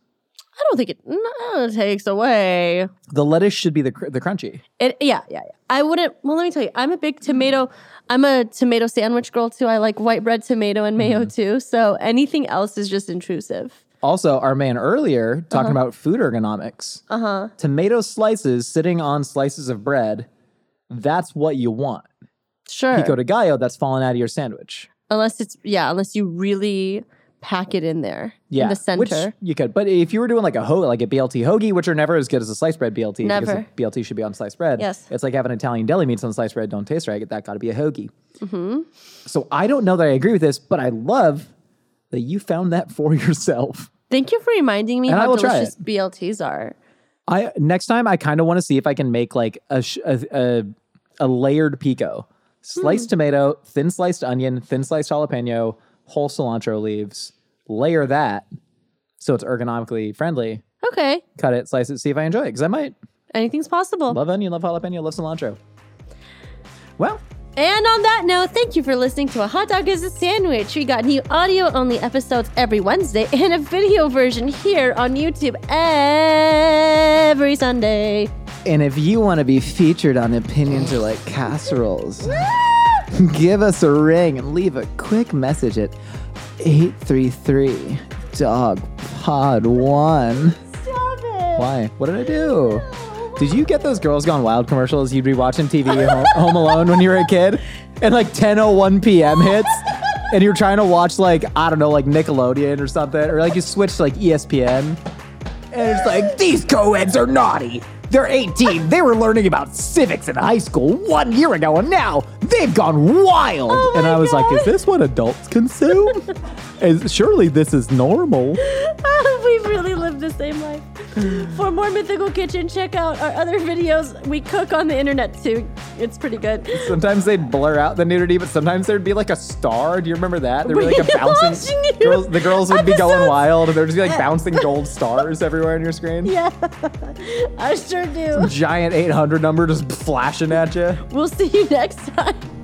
Speaker 5: I don't think it, no, it takes away.
Speaker 6: The lettuce should be the cr- the crunchy.
Speaker 5: It. Yeah, yeah, yeah. I wouldn't. Well, let me tell you. I'm a big tomato. I'm a tomato sandwich girl too. I like white bread, tomato, and mayo
Speaker 6: Mm-hmm.
Speaker 5: too. So anything else is just intrusive.
Speaker 6: Also, our man earlier
Speaker 5: Uh-huh.
Speaker 6: talking about food ergonomics.
Speaker 5: Uh huh.
Speaker 6: tomato slices sitting on slices of bread, that's what you want.
Speaker 5: Sure.
Speaker 6: pico de gallo that's fallen out of your sandwich.
Speaker 5: Unless it's yeah, unless you really pack it in there.
Speaker 6: Yeah,
Speaker 5: In the center.
Speaker 6: which you could. But if you were doing like a ho- like a BLT hoagie, which are never as good as a sliced bread BLT, because
Speaker 5: Never.
Speaker 6: a BLT should be on sliced bread.
Speaker 5: Yes.
Speaker 6: it's like having Italian deli meats on sliced bread don't taste right. That got to be a hoagie.
Speaker 5: hmm
Speaker 6: So I don't know that I agree with this, but I love that you found that [LAUGHS] for yourself.
Speaker 5: Thank you for reminding me
Speaker 6: And I
Speaker 5: how
Speaker 6: will try
Speaker 5: delicious BLTs are.
Speaker 6: I next time I kind of want to see if I can make like a sh- a, a, a layered pico,
Speaker 5: Hmm.
Speaker 6: sliced tomato, thin sliced onion, thin sliced jalapeno, whole cilantro leaves. Layer that so it's ergonomically friendly.
Speaker 5: Okay.
Speaker 6: Cut it, slice it, see if I enjoy it because I might.
Speaker 5: Anything's possible.
Speaker 6: Love onion, love jalapeno, love cilantro. Well,
Speaker 5: And on that note, thank you for listening to A Hot Dog is a Sandwich. We got new audio only episodes every Wednesday and a video version here on YouTube every Sunday. [LAUGHS]
Speaker 6: and if you want to be featured on opinions or like casseroles, give us a ring and leave a quick message at 833 Dog Pod 1.
Speaker 5: Stop it.
Speaker 6: Why? What did I do? Did you get those Girls Gone Wild commercials you'd be watching TV at home, home alone when you were a kid? And like 10.01 p.m. hits? And you're trying to watch like, I don't know, like Nickelodeon or something. Or like you switch to like E ESPN. And it's like, these co-eds are naughty. They're 18. They were learning about civics in high school one year ago. And now they've gone wild. and I was like, is this what adults consume? is, surely this is normal.
Speaker 5: We've really lived the same life. For more Mythical Kitchen, check out our other videos. We cook on the internet too. It's pretty good. [LAUGHS]
Speaker 6: Sometimes they'd blur out the nudity, but sometimes there'd be like a star. Do you remember that? There'd be like a
Speaker 5: We
Speaker 6: bouncing.
Speaker 5: watched new
Speaker 6: Girls, the girls would be going
Speaker 5: episodes.
Speaker 6: wild, and there'd just be like bouncing gold stars everywhere on your screen.
Speaker 5: Yeah, [LAUGHS] I sure do.
Speaker 6: Giant 800 number just flashing at you.
Speaker 5: We'll see you next time.